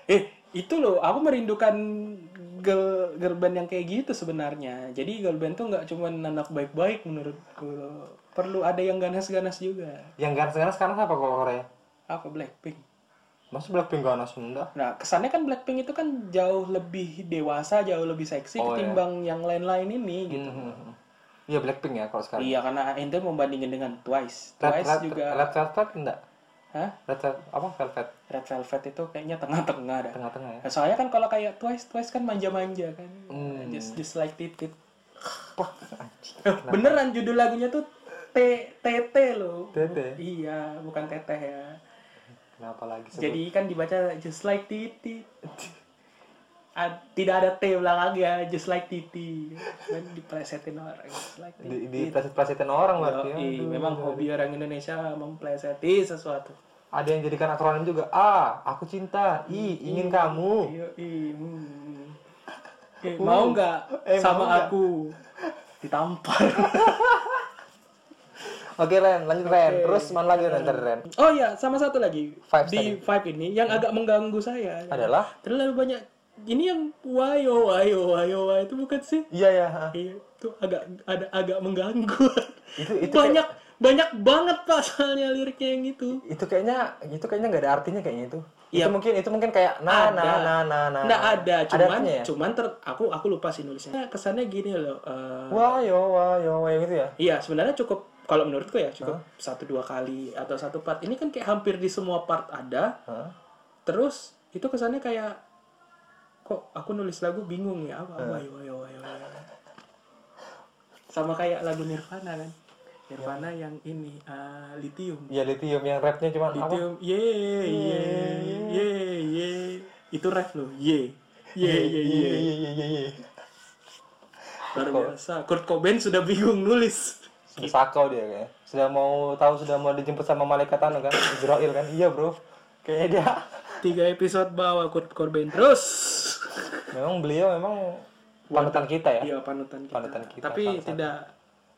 [SPEAKER 2] Eh, itu loh, aku merindukan girl, girl band yang kayak gitu sebenarnya. Jadi girl band tuh nggak cuma anak baik-baik menurutku. Perlu ada yang ganas-ganas juga.
[SPEAKER 1] Yang ganas-ganas sekarang apa kalau Korea?
[SPEAKER 2] Apa Blackpink?
[SPEAKER 1] Masih Blackpink ganas Sunda?
[SPEAKER 2] Nah, kesannya kan Blackpink itu kan jauh lebih dewasa, jauh lebih seksi
[SPEAKER 1] Oh, iya.
[SPEAKER 2] ketimbang yang lain-lain ini gitu.
[SPEAKER 1] Mhm. Iya Blackpink ya kalau sekarang.
[SPEAKER 2] Iya, karena ente membandingin dengan Twice.
[SPEAKER 1] Red,
[SPEAKER 2] Twice
[SPEAKER 1] red,
[SPEAKER 2] juga,
[SPEAKER 1] red Velvet enggak?
[SPEAKER 2] hah?
[SPEAKER 1] Red Velvet, apa Velvet?
[SPEAKER 2] Red Velvet itu kayaknya tengah-tengah dah.
[SPEAKER 1] Tengah-tengah ya?
[SPEAKER 2] Nah, Soalnya kan kalau kayak Twice, Twice kan manja-manja kan.
[SPEAKER 1] Hmm.
[SPEAKER 2] Just, just like titit.
[SPEAKER 1] Wah, anjing.
[SPEAKER 2] Beneran judul lagunya tuh T TT loh.
[SPEAKER 1] Tete.
[SPEAKER 2] Iya, bukan teteh ya.
[SPEAKER 1] Kenapa lagi sebut?
[SPEAKER 2] Jadi kan dibaca just like titit. A- Tidak ada T belakangnya, just like titi. Dan diplesetin orang, just like
[SPEAKER 1] di,
[SPEAKER 2] titit.
[SPEAKER 1] di pleset-plesetin orang berarti ya.
[SPEAKER 2] Yoi, memang hobi orang Indonesia mempleseti sesuatu.
[SPEAKER 1] Ada yang jadikan akronim juga. A, aku cinta. I, ingin kamu.
[SPEAKER 2] Yoi, hmm. Eh, mau
[SPEAKER 1] Hmm.
[SPEAKER 2] nggak
[SPEAKER 1] Eh, mau
[SPEAKER 2] sama
[SPEAKER 1] nggak?
[SPEAKER 2] aku ditampar?
[SPEAKER 1] Oke Ren, lanjut Ren. Terus mana lagi Ren tadi Ren?
[SPEAKER 2] oh iya, sama satu lagi
[SPEAKER 1] Vibes
[SPEAKER 2] di vibe ini yang
[SPEAKER 1] Hmm.
[SPEAKER 2] agak mengganggu saya.
[SPEAKER 1] Adalah?
[SPEAKER 2] Terlalu banyak. Ini yang oh, wayo wayo wayo wayo itu bukan sih?
[SPEAKER 1] Iya ya. ha.
[SPEAKER 2] Iya, itu agak ada agak mengganggu.
[SPEAKER 1] Itu itu kayak-
[SPEAKER 2] banyak banyak banget pasalnya liriknya yang itu.
[SPEAKER 1] itu kayaknya itu kayaknya nggak ada artinya kayaknya itu.
[SPEAKER 2] Iya.
[SPEAKER 1] Itu mungkin itu mungkin kayak na na
[SPEAKER 2] Ada.
[SPEAKER 1] na na na.
[SPEAKER 2] Nggak ada, cuman
[SPEAKER 1] artinya Nah, ya?
[SPEAKER 2] cuman ter, aku aku lupa sih nulisnya. Kesannya gini loh. eh,
[SPEAKER 1] Wah yo wah yo wah gitu ya.
[SPEAKER 2] Iya, sebenarnya cukup kalau menurutku ya cukup satu dua kali atau satu part. Ini kan kayak hampir di semua part ada.
[SPEAKER 1] Hah?
[SPEAKER 2] Terus itu kesannya kayak kok aku nulis lagu bingung ya apa apa yo yo yo yo. Sama kayak lagu Nirvana kan. Nirvana yang ini eh, lithium.
[SPEAKER 1] Ya lithium yang rapnya cuma apa?
[SPEAKER 2] Lithium ye ye ye ye. Itu ref loh. Ye. Ye ye ye.
[SPEAKER 1] Iya, iya, iya, iya.
[SPEAKER 2] Luar biasa. Kurt Cobain sudah bingung nulis.
[SPEAKER 1] Sudah sakau dia kayaknya. Sudah mau tahu sudah mau dijemput sama malaikat anu kan? Israel kan? Iya bro. Kayaknya dia
[SPEAKER 2] Tiga episode bawa Kurt Cobain terus.
[SPEAKER 1] memang beliau memang panutan kita ya.
[SPEAKER 2] Iya panutan kita.
[SPEAKER 1] Panutan kita,
[SPEAKER 2] Tapi tidak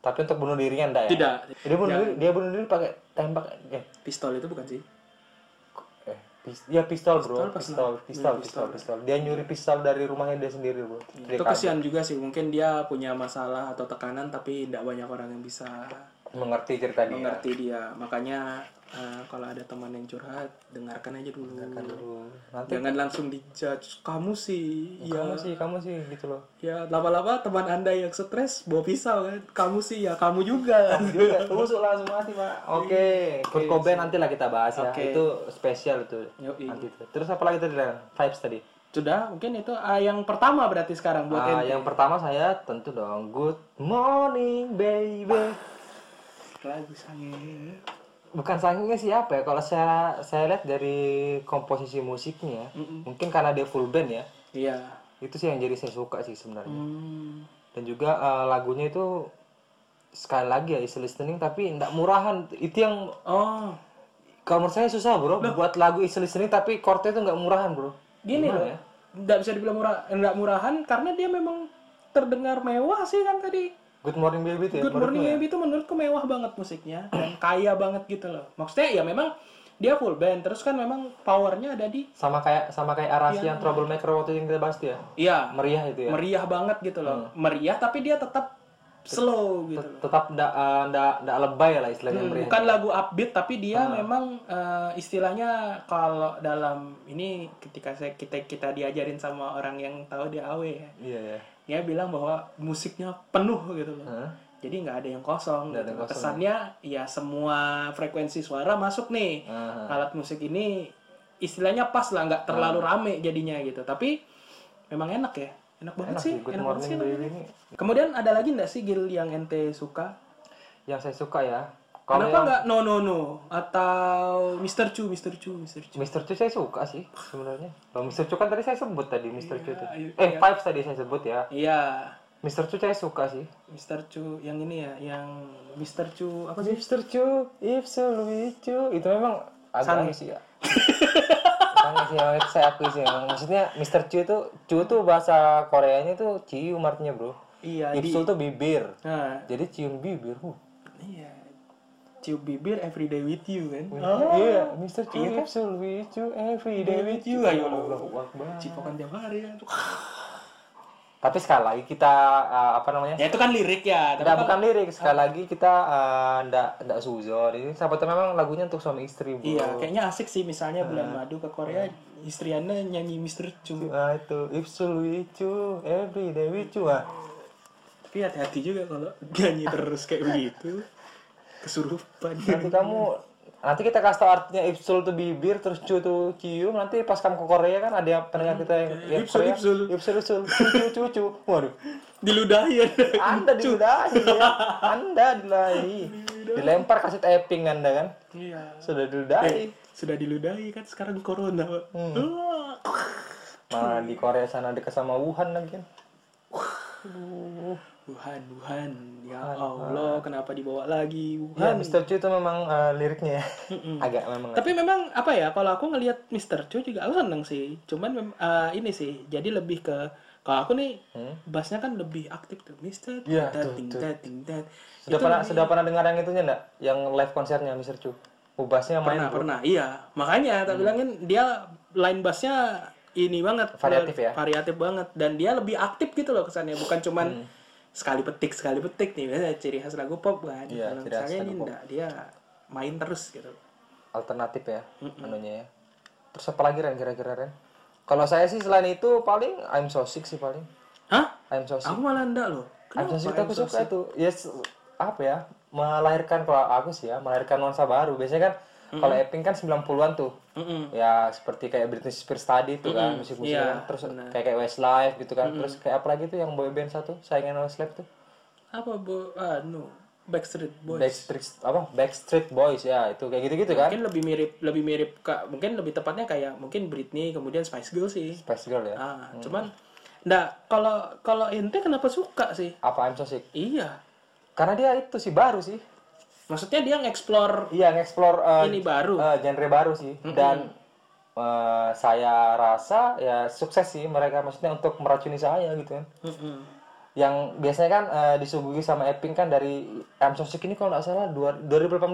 [SPEAKER 1] Tapi untuk bunuh dirinya enggak ya?
[SPEAKER 2] tidak
[SPEAKER 1] Dia bunuh diri, dia bunuh diri pakai tembak eh
[SPEAKER 2] pistol itu bukan sih.
[SPEAKER 1] eh pis- ya pistol bro,
[SPEAKER 2] Pistol pas
[SPEAKER 1] pistol,
[SPEAKER 2] nang-
[SPEAKER 1] pistol,
[SPEAKER 2] iya,
[SPEAKER 1] pistol, pistol. Iya. Dia nyuri pistol dari rumahnya dia sendiri bro. Dia
[SPEAKER 2] Itu
[SPEAKER 1] kaget.
[SPEAKER 2] kesian juga sih. Mungkin dia punya masalah atau tekanan tapi tidak banyak orang yang bisa
[SPEAKER 1] mengerti cerita dia.
[SPEAKER 2] mengerti dia. Makanya eh, kalau ada teman yang curhat dengarkan aja dulu.
[SPEAKER 1] Dulu. Nanti
[SPEAKER 2] Jangan langsung dijudge kamu sih.
[SPEAKER 1] kamu
[SPEAKER 2] Ya,
[SPEAKER 1] sih, kamu sih gitu loh.
[SPEAKER 2] ya lama-lama teman Anda yang stres bawa pisau kan. Kamu sih ya kamu juga.
[SPEAKER 1] Juga tusuk langsung mati pak. Iya. Oke, Kurt Cobain nanti lah kita bahas ya.
[SPEAKER 2] Oke.
[SPEAKER 1] Itu spesial itu.
[SPEAKER 2] Yoi.
[SPEAKER 1] Nanti itu. Terus apa lagi tadi Ren? Vibes tadi.
[SPEAKER 2] iya. Sudah, mungkin itu ah, yang pertama berarti sekarang buat
[SPEAKER 1] Ah,
[SPEAKER 2] ente.
[SPEAKER 1] yang pertama saya tentu dong Good Morning Baby.
[SPEAKER 2] Lagu sange.
[SPEAKER 1] bukan sanggungnya siapa ya kalau saya saya lihat dari komposisi musiknya mungkin karena dia full band ya
[SPEAKER 2] Iya.
[SPEAKER 1] itu sih yang jadi saya suka sih sebenarnya
[SPEAKER 2] Hmm.
[SPEAKER 1] dan juga eh, lagunya itu sekali lagi ya easy listening tapi tidak murahan itu yang
[SPEAKER 2] Oh,
[SPEAKER 1] kalau menurut saya susah bro buat lagu easy listening tapi chordnya itu nggak murahan bro
[SPEAKER 2] gini
[SPEAKER 1] Gimana
[SPEAKER 2] loh.
[SPEAKER 1] ya?
[SPEAKER 2] Nggak bisa dibilang murah, nggak murahan karena dia memang terdengar mewah sih kan tadi.
[SPEAKER 1] Good Morning Baby itu ya
[SPEAKER 2] Good Morning Baby itu menurutku mewah banget musiknya dan kaya banget gitu loh. Maksudnya ya memang dia full band terus kan memang powernya ada di
[SPEAKER 1] sama kayak sama kayak Arasi yang Troublemaker waktu yang kita bahas tuh ya
[SPEAKER 2] Iya,
[SPEAKER 1] meriah itu ya
[SPEAKER 2] meriah banget gitu
[SPEAKER 1] Hmm.
[SPEAKER 2] loh. Meriah tapi dia tetap slow gitu loh.
[SPEAKER 1] tetap ndak eh, ndak ndak lebay lah istilahnya meriah Hmm.
[SPEAKER 2] Bukan lagu upbeat tapi dia memang eh, istilahnya kalau dalam ini ketika saya kita kita diajarin sama orang yang tahu dia awe ya.
[SPEAKER 1] iya ya
[SPEAKER 2] dia bilang bahwa musiknya penuh gitu loh.
[SPEAKER 1] Hah?
[SPEAKER 2] Jadi nggak ada yang kosong.
[SPEAKER 1] Nggak ada
[SPEAKER 2] gitu.
[SPEAKER 1] yang kosong,
[SPEAKER 2] Kesannya ya semua frekuensi suara masuk nih.
[SPEAKER 1] Ah.
[SPEAKER 2] Alat musik ini istilahnya pas lah, nggak terlalu rame jadinya gitu. Tapi memang enak ya, enak banget
[SPEAKER 1] enak
[SPEAKER 2] sih.
[SPEAKER 1] sih Good
[SPEAKER 2] enak banget
[SPEAKER 1] Morning
[SPEAKER 2] sih.
[SPEAKER 1] Baby ini
[SPEAKER 2] Kemudian ada lagi nggak sih Gil yang ente suka?
[SPEAKER 1] yang saya suka ya kalau
[SPEAKER 2] Kenapa
[SPEAKER 1] yang
[SPEAKER 2] nggak No No No atau Mr. Chu Mr. Chu Mr. Chu?
[SPEAKER 1] Mr. Chu saya suka sih sebenarnya kalau Mr. Chu kan tadi saya sebut tadi Mr. Chu itu
[SPEAKER 2] ayo,
[SPEAKER 1] eh Vibes tadi saya sebut ya
[SPEAKER 2] Iya,
[SPEAKER 1] Mr. Chu saya suka sih
[SPEAKER 2] Mr. Chu yang ini ya, yang Mr. Chu apa sih?
[SPEAKER 1] Mr. Chu if so lucu itu memang agak aneh sih ya Aneh sih, memang itu saya akui sih memang. maksudnya Mr. Chu itu Chu tuh bahasa Koreanya itu cium artinya bro
[SPEAKER 2] Iya, di-
[SPEAKER 1] Ipsul tuh bibir
[SPEAKER 2] Nah,
[SPEAKER 1] jadi cium bibir huh.
[SPEAKER 2] Iya. Cium bibir everyday with you kan.
[SPEAKER 1] Iya, Mr. Chu, if so lucu, ya every day with you.
[SPEAKER 2] ayo Oh,
[SPEAKER 1] Allahu Akbar.
[SPEAKER 2] Cipokan tiap hari kan.
[SPEAKER 1] Tapi sekali lagi kita eh, apa namanya?
[SPEAKER 2] Ya itu kan lirik ya. tapi
[SPEAKER 1] Tidak,
[SPEAKER 2] kan-
[SPEAKER 1] bukan lirik. Sekali lagi kita eh, ndak ndak suzon. Ini sahabatnya memang lagunya untuk suami istri, Bu.
[SPEAKER 2] Iya, kayaknya asik sih misalnya bulan madu ke Korea, istriana nyanyi Mister Chung.
[SPEAKER 1] Nah, itu Ipsul Wicu, every day Wicu ah.
[SPEAKER 2] Tapi hati-hati juga kalau nyanyi terus kayak begitu. Kesurupan.
[SPEAKER 1] Nanti kamu nanti kita kasih tau artinya Ipsul tuh bibir terus cu tuh cium nanti pas kamu ke Korea kan ada yang pendengar kita yang yang ya.
[SPEAKER 2] Ipsul,
[SPEAKER 1] Korea,
[SPEAKER 2] Ipsul.
[SPEAKER 1] Ipsul Ipsul cu cu cu cu waduh
[SPEAKER 2] Diludahi ya.
[SPEAKER 1] anda diludahi ya anda diludahi dilempar kaset eping anda kan
[SPEAKER 2] Iya.
[SPEAKER 1] sudah diludahi
[SPEAKER 2] Sudah diludahi kan sekarang corona, Pak. Ah.
[SPEAKER 1] malah di Korea sana dekat sama Wuhan lagi kan
[SPEAKER 2] Wuhan, Wuhan. Ya Allah, kenapa dibawa lagi
[SPEAKER 1] ya
[SPEAKER 2] Wuhan?
[SPEAKER 1] Mr. Chu itu memang eh, liriknya ya agak memang
[SPEAKER 2] Tapi memang apa ya, kalau aku ngelihat Mister Chu juga aku seneng sih. Cuman mem- eh, ini sih, jadi lebih ke kalau aku nih bassnya kan lebih aktif tuh Mister
[SPEAKER 1] Hmm? Iya, tuh,
[SPEAKER 2] ting ting ting
[SPEAKER 1] sudah pernah sudah pernah dengar yang itunya enggak yang live konsernya Mr. Chu ubasnya main
[SPEAKER 2] Pernah, pernah. Iya, makanya
[SPEAKER 1] Hmm.
[SPEAKER 2] tak bilangin dia line bassnya ini banget
[SPEAKER 1] Variatif ya?
[SPEAKER 2] variatif banget dan dia lebih aktif gitu loh kesannya bukan cuman
[SPEAKER 1] Hmm.
[SPEAKER 2] sekali petik sekali petik nih biasanya ciri khas lagu pop kan
[SPEAKER 1] Iya,
[SPEAKER 2] kalau
[SPEAKER 1] ciri khas
[SPEAKER 2] misalnya
[SPEAKER 1] lagu
[SPEAKER 2] ini enggak dia main terus gitu
[SPEAKER 1] alternatif ya anunya ya terus apa lagi Ren kira-kira Ren kalau saya sih selain itu paling I'm so sick sih paling
[SPEAKER 2] hah
[SPEAKER 1] I'm so sick
[SPEAKER 2] aku malah enggak loh
[SPEAKER 1] I'm so
[SPEAKER 2] kenapa
[SPEAKER 1] sick tuh aku suka itu yes apa ya melahirkan kalau aku sih ya melahirkan nuansa baru biasanya kan kalau Epping kan 90-an tuh
[SPEAKER 2] Mm-mm.
[SPEAKER 1] ya
[SPEAKER 2] Iya,
[SPEAKER 1] seperti kayak Britney Spears tadi tuh kan musik-musik kan. terus kayak kayak Westlife gitu kan terus kayak apa lagi tuh yang boy band satu saingan Westlife tuh
[SPEAKER 2] apa bo ah no Backstreet Boys Iya.
[SPEAKER 1] Backstreet apa Backstreet Boys ya itu kayak gitu-gitu kan
[SPEAKER 2] mungkin lebih mirip lebih mirip kak mungkin lebih tepatnya kayak mungkin Britney kemudian Spice Girls sih
[SPEAKER 1] Spice Girl ya
[SPEAKER 2] ah cuman ndak kalau kalau ente kenapa suka sih
[SPEAKER 1] apa I'm so sick
[SPEAKER 2] iya
[SPEAKER 1] karena dia itu sih baru sih
[SPEAKER 2] maksudnya dia nge-explore
[SPEAKER 1] Iya, nge-explore uh,
[SPEAKER 2] ini baru
[SPEAKER 1] uh, genre baru sih. Dan uh, saya rasa ya sukses sih mereka maksudnya untuk meracuni saya gitu kan.
[SPEAKER 2] Mm-mm.
[SPEAKER 1] Yang biasanya kan uh, disuguhi sama Epping kan dari I'm So Sick ini kalau nggak salah dua- 2018.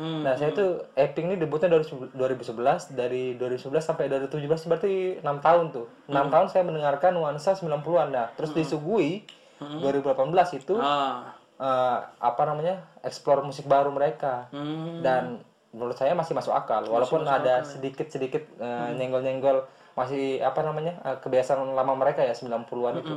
[SPEAKER 2] Hmm.
[SPEAKER 1] Nah, saya tuh Epping ini debutnya dari 2011 dari 2011 sampai 2017 berarti 6 tahun tuh. 6
[SPEAKER 2] Hmm.
[SPEAKER 1] tahun saya mendengarkan nuansa 90-an. Nah, terus disuguhi
[SPEAKER 2] Hmm.
[SPEAKER 1] 2018 itu
[SPEAKER 2] ah
[SPEAKER 1] eh, apa namanya explore musik baru mereka
[SPEAKER 2] Hmm.
[SPEAKER 1] dan menurut saya masih masuk akal walaupun ada
[SPEAKER 2] ya.
[SPEAKER 1] sedikit sedikit
[SPEAKER 2] Hmm.
[SPEAKER 1] nyenggol nyenggol masih apa namanya eh, kebiasaan lama mereka ya 90-an itu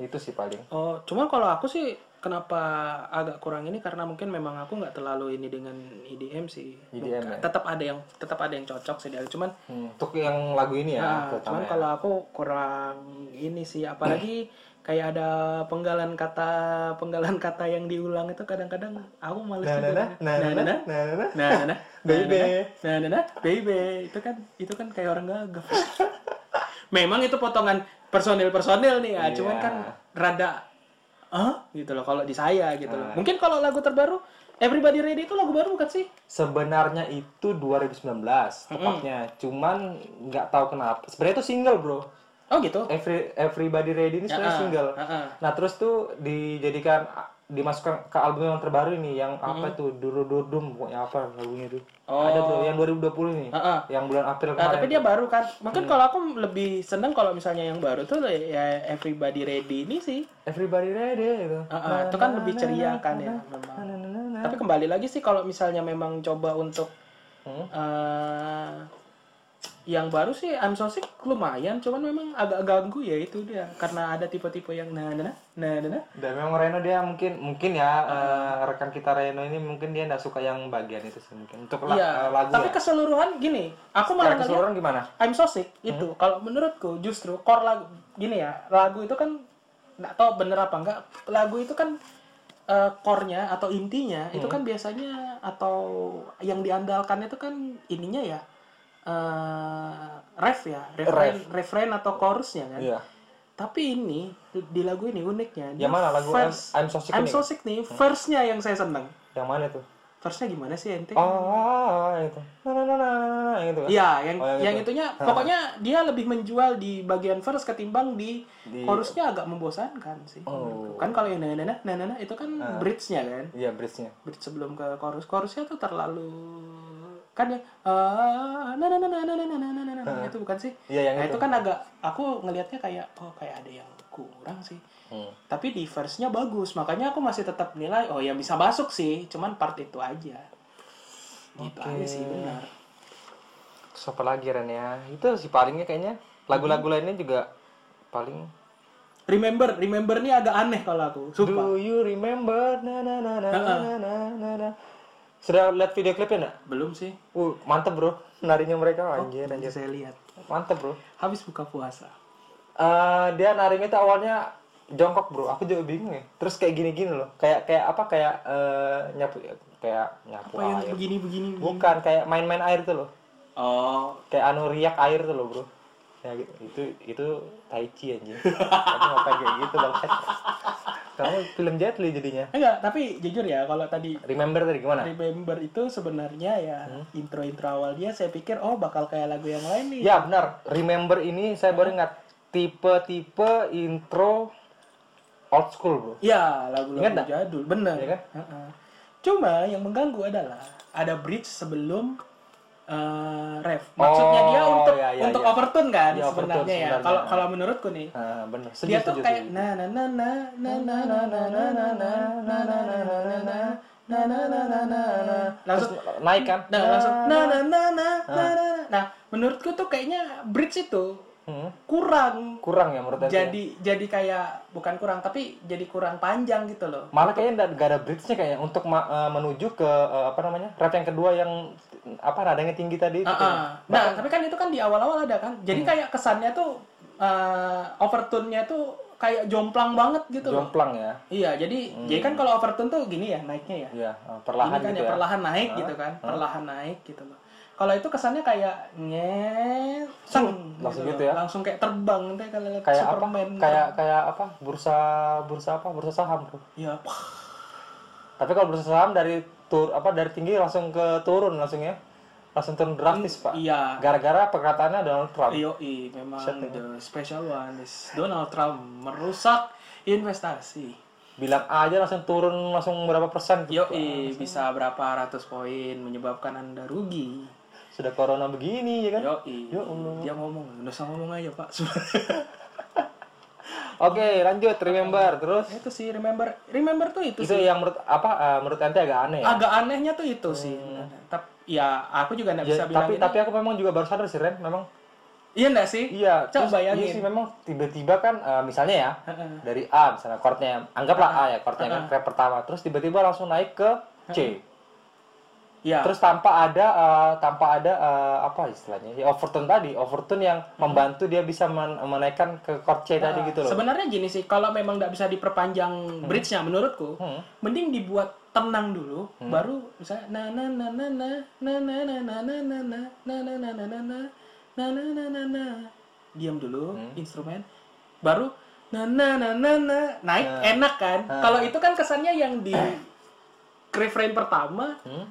[SPEAKER 1] itu sih paling
[SPEAKER 2] oh cuman kalau aku sih kenapa agak kurang ini karena mungkin memang aku nggak terlalu ini dengan EDM sih
[SPEAKER 1] EDM
[SPEAKER 2] Bukan- tetap ada yang tetap ada yang cocok sih dari cuman
[SPEAKER 1] ya. Hmm, untuk yang lagu ini ya
[SPEAKER 2] Ah,
[SPEAKER 1] terutama
[SPEAKER 2] cuman
[SPEAKER 1] ya.
[SPEAKER 2] kalau aku kurang ini sih apalagi kayak ada penggalan kata penggalan kata yang diulang itu kadang-kadang aku males
[SPEAKER 1] Nah,
[SPEAKER 2] juga.
[SPEAKER 1] nah, nah, nah, nah, nah, nah, nah.
[SPEAKER 2] nah nah nah
[SPEAKER 1] Baby.
[SPEAKER 2] nah nah nah baby itu kan itu kan kayak orang gagap memang itu potongan personil personil nih ya cuman kan rada Hah? gitu loh kalau di saya gitu loh mungkin kalau lagu terbaru Everybody Ready itu lagu baru bukan sih
[SPEAKER 1] sebenarnya itu 2019
[SPEAKER 2] Hmm.
[SPEAKER 1] tepatnya cuman nggak tahu kenapa sebenarnya itu single bro
[SPEAKER 2] oh gitu
[SPEAKER 1] Every, Everybody Ready ini sebenarnya
[SPEAKER 2] ah,
[SPEAKER 1] single
[SPEAKER 2] ah, ah.
[SPEAKER 1] Nah terus tuh dijadikan dimasukkan ke album yang terbaru ini yang apa tuh Duru Durdum pokoknya apa lagunya tuh. Ada tuh yang 2020 nih.
[SPEAKER 2] Ah, ah.
[SPEAKER 1] Yang bulan April
[SPEAKER 2] Nah,
[SPEAKER 1] kemarin.
[SPEAKER 2] tapi dia baru kan. Mungkin
[SPEAKER 1] Hmm.
[SPEAKER 2] kalau aku lebih seneng kalau misalnya yang baru tuh ya Everybody Ready ini sih.
[SPEAKER 1] Everybody ready gitu.
[SPEAKER 2] Uh, uh, itu kan lebih ceria kan ya memang.
[SPEAKER 1] Na, na, na, na.
[SPEAKER 2] Tapi kembali lagi sih kalau misalnya memang coba untuk
[SPEAKER 1] Hmm.
[SPEAKER 2] eh, yang baru sih I'm so sick lumayan, cuman memang agak ganggu ya itu dia karena ada tipe-tipe yang nah nah nah nah nah, nah.
[SPEAKER 1] Dan memang Reno dia mungkin mungkin ya eh, rekan kita Reno ini mungkin dia nggak suka yang bagian itu sih mungkin untuk la-
[SPEAKER 2] Iya.
[SPEAKER 1] eh, lagu
[SPEAKER 2] Tapi
[SPEAKER 1] ya.
[SPEAKER 2] keseluruhan gini, aku
[SPEAKER 1] Secara
[SPEAKER 2] malah ngeliat-
[SPEAKER 1] keseluruhan gimana?
[SPEAKER 2] I'm so sick itu
[SPEAKER 1] Mm-hmm.
[SPEAKER 2] kalau menurutku justru core lagu gini ya lagu itu kan nggak tahu bener apa enggak lagu itu kan eh, core-nya atau intinya itu
[SPEAKER 1] Mm-hmm.
[SPEAKER 2] kan biasanya atau yang diandalkan itu kan ininya ya eh ref ya refrain refrain atau chorusnya kan
[SPEAKER 1] Iya.
[SPEAKER 2] tapi ini di lagu ini uniknya dia
[SPEAKER 1] Yang mana lagu I'm,
[SPEAKER 2] verse-
[SPEAKER 1] I'm so sick
[SPEAKER 2] I'm
[SPEAKER 1] ini? ya? Hmm.
[SPEAKER 2] so sick nih verse-nya yang saya seneng
[SPEAKER 1] Yang mana tuh?
[SPEAKER 2] verse-nya gimana sih ente
[SPEAKER 1] Oh, itu. Na na na na na, na, gitu kan.
[SPEAKER 2] Iya, yang
[SPEAKER 1] Oh, yang
[SPEAKER 2] yang itunya pokoknya dia lebih menjual di bagian verse ketimbang di,
[SPEAKER 1] Di- Oh.
[SPEAKER 2] chorusnya agak membosankan sih. menurutku. Kan kalau yang nana nana nana itu kan
[SPEAKER 1] Ah.
[SPEAKER 2] bridge-nya kan.
[SPEAKER 1] Iya, bridge-nya.
[SPEAKER 2] Bridge sebelum ke chorus, chorusnya tuh terlalu kan ya ah, nana nana nana nana nana nana itu bukan sih?
[SPEAKER 1] Ah. Iya, yang
[SPEAKER 2] Nah, itu kan agak aku ngelihatnya kayak oh kayak ada yang ku kurang sih
[SPEAKER 1] Hmm.
[SPEAKER 2] tapi di verse-nya bagus makanya aku masih tetap nilai oh ya bisa masuk sih cuman part itu aja gitu aja sih benar
[SPEAKER 1] Terus apa lagi Ren ya? Itu sih palingnya kayaknya. Lagu-lagu
[SPEAKER 2] Mm-hmm.
[SPEAKER 1] lainnya juga paling
[SPEAKER 2] remember remember nih agak aneh kalau aku sumpah
[SPEAKER 1] Do you remember na na na na na na na na Sudah lihat video klipnya enggak?
[SPEAKER 2] belum sih
[SPEAKER 1] Uh, mantep bro. Narinya mereka
[SPEAKER 2] Oh.
[SPEAKER 1] anjir
[SPEAKER 2] aja
[SPEAKER 1] anjir.
[SPEAKER 2] saya lihat
[SPEAKER 1] Mantep bro.
[SPEAKER 2] habis buka puasa
[SPEAKER 1] Eh, dia narinya itu awalnya jongkok bro. Aku juga bingung ya. Terus kayak gini-gini loh. Kayak kayak apa kayak eh, nyapu kayak nyapu
[SPEAKER 2] apa yang
[SPEAKER 1] air.
[SPEAKER 2] begini begini begini?
[SPEAKER 1] Bukan kayak main-main air tuh loh.
[SPEAKER 2] oh
[SPEAKER 1] Kayak anu riak air tuh loh bro. Ya gitu. Itu itu tai chi anjir. Kamu ngapain kayak gitu bang? Kamu film Jet Li jadinya.
[SPEAKER 2] enggak tapi jujur ya kalau tadi
[SPEAKER 1] Remember tadi gimana?
[SPEAKER 2] remember itu sebenarnya ya
[SPEAKER 1] Hmm?
[SPEAKER 2] intro intro awalnya saya pikir oh bakal kayak lagu yang lain nih
[SPEAKER 1] Ya benar. Remember ini saya baru ingat tipe-tipe intro old school bro.
[SPEAKER 2] Ya, lagu-lagu
[SPEAKER 1] Ingat
[SPEAKER 2] jadul, bener.
[SPEAKER 1] Iya kan?
[SPEAKER 2] Heeh. Cuma yang mengganggu adalah ada bridge sebelum eh, ref. Maksudnya dia
[SPEAKER 1] Oh,
[SPEAKER 2] untuk
[SPEAKER 1] ya, ya,
[SPEAKER 2] untuk
[SPEAKER 1] ya.
[SPEAKER 2] overtune kan
[SPEAKER 1] Iya, overtune
[SPEAKER 2] sebenarnya ya.
[SPEAKER 1] sebenarnya.
[SPEAKER 2] Kalau kalau menurutku nih,
[SPEAKER 1] Ah benar.
[SPEAKER 2] dia
[SPEAKER 1] Setuju
[SPEAKER 2] tuh
[SPEAKER 1] setuju.
[SPEAKER 2] kayak na na na na na na na na na na na na na na na na na na na na na na na langsung
[SPEAKER 1] Terus naik kan?
[SPEAKER 2] nah langsung na na na na na na na. Nah, menurutku tuh kayaknya bridge itu
[SPEAKER 1] Hmm,
[SPEAKER 2] kurang
[SPEAKER 1] kurang ya menurut saya.
[SPEAKER 2] jadi jadi kayak bukan kurang tapi jadi kurang panjang gitu loh.
[SPEAKER 1] Malah kayaknya nggak- nggak ada bridge-nya kayaknya untuk ma- eh, menuju ke eh, apa namanya? Rap yang kedua yang apa nadanya tinggi tadi. itu.
[SPEAKER 2] Ah, Nah, tapi kan itu kan di awal-awal ada kan. Jadi kayak kesannya tuh eh, overtone-nya tuh kayak jomplang banget gitu loh.
[SPEAKER 1] Jomplang ya.
[SPEAKER 2] Iya, jadi jadi kan kalau overtone tuh gini ya naiknya ya.
[SPEAKER 1] Iya, eh, perlahan
[SPEAKER 2] Ini kan
[SPEAKER 1] gitu
[SPEAKER 2] ya,
[SPEAKER 1] ya.
[SPEAKER 2] perlahan naik gitu kan. Perlahan naik gitu loh. Kalau itu kesannya kayak nyet, seng,
[SPEAKER 1] Langsung gitu ya.
[SPEAKER 2] loh. Langsung kayak terbang nanti kalau lihat
[SPEAKER 1] Kayak apa?
[SPEAKER 2] Superman. gitu.
[SPEAKER 1] Kayak kayak apa? Bursa bursa apa? Bursa saham, Bro.
[SPEAKER 2] Ya,
[SPEAKER 1] Tapi kalau bursa saham dari tur apa dari tinggi langsung ke turun langsung ya. Langsung turun drastis, Pak.
[SPEAKER 2] iya.
[SPEAKER 1] Gara-gara perkataannya Donald Trump.
[SPEAKER 2] Yoi, memang the special one is Donald Trump merusak investasi.
[SPEAKER 1] Bilang A aja langsung turun langsung berapa persen gitu.
[SPEAKER 2] Yoi, bisa berapa ratus poin menyebabkan Anda rugi.
[SPEAKER 1] Sudah corona begini ya kan.
[SPEAKER 2] Yoi.
[SPEAKER 1] Ya Allah.
[SPEAKER 2] Dia ngomong, nggak usah ngomong aja, Pak.
[SPEAKER 1] Oke, lanjut remember terus
[SPEAKER 2] itu sih remember, remember tuh itu,
[SPEAKER 1] itu
[SPEAKER 2] sih.
[SPEAKER 1] yang menurut apa eh, menurut ente agak aneh ya.
[SPEAKER 2] Agak anehnya tuh itu sih. Tapi ya aku juga nggak
[SPEAKER 1] Ya,
[SPEAKER 2] bisa bilang
[SPEAKER 1] tapi
[SPEAKER 2] ini.
[SPEAKER 1] tapi aku memang juga baru sadar sih Ren, memang
[SPEAKER 2] Iya nggak sih?
[SPEAKER 1] iya.
[SPEAKER 2] Coba
[SPEAKER 1] terus
[SPEAKER 2] bayangin.
[SPEAKER 1] Iya sih memang tiba-tiba kan eh, misalnya ya dari A misalnya chordnya anggaplah A ya chordnya kan rep pertama terus tiba-tiba langsung naik ke C.
[SPEAKER 2] Iya.
[SPEAKER 1] Terus tanpa ada eh, tanpa ada eh, apa istilahnya ya overtone tadi overtone yang membantu dia bisa men- menaikkan ke chord C tadi gitu loh.
[SPEAKER 2] Sebenarnya gini sih, kalau memang nggak bisa diperpanjang bridge-nya menurutku, mending dibuat tenang dulu, baru misalnya na na na na na na na na na na na na na na na na na na na na na na na diam dulu instrumen, baru na na na na na naik enak kan? Kalau itu kan kesannya yang di refrain pertama
[SPEAKER 1] Hmm?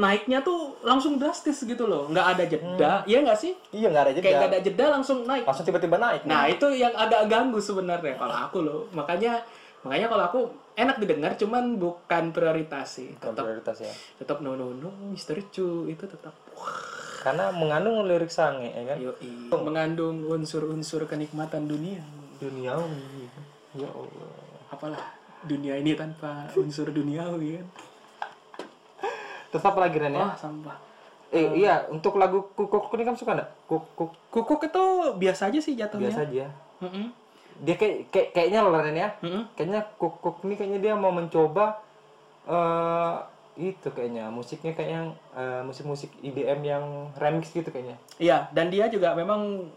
[SPEAKER 2] naiknya tuh langsung drastis gitu loh, nggak ada jeda, iya nggak sih?
[SPEAKER 1] Iya nggak ada
[SPEAKER 2] Kayak
[SPEAKER 1] jeda. Oh.
[SPEAKER 2] nggak ada jeda langsung naik.
[SPEAKER 1] Langsung tiba-tiba naik.
[SPEAKER 2] Nah itu yang agak ganggu sebenarnya kalau aku loh. Makanya makanya kalau aku enak didengar cuman bukan prioritas sih.
[SPEAKER 1] Bukan
[SPEAKER 2] Tetap
[SPEAKER 1] prioritas ya.
[SPEAKER 2] tetap no no no Mr. Chu itu tetap wah,
[SPEAKER 1] Karena mengandung lirik sange ya kan.
[SPEAKER 2] yoi. mengandung unsur-unsur kenikmatan dunia.
[SPEAKER 1] duniawi ya Allah
[SPEAKER 2] Apalah dunia ini tanpa unsur duniawi kan.
[SPEAKER 1] terus apa lagi Ren ya?
[SPEAKER 2] Wah sampah.
[SPEAKER 1] eh iya untuk lagu kukuk ini kamu suka nggak kukuk
[SPEAKER 2] Kukuk itu biasa aja sih jatuhnya.
[SPEAKER 1] biasa aja
[SPEAKER 2] Mm-mm.
[SPEAKER 1] dia kayak kayak- kayaknya loh Ren ya
[SPEAKER 2] Mm-mm.
[SPEAKER 1] kayaknya kukuk ini kayaknya dia mau mencoba eh itu kayaknya musiknya kayak yang eh, musik-musik IDM yang remix gitu kayaknya
[SPEAKER 2] Iya, dan dia juga memang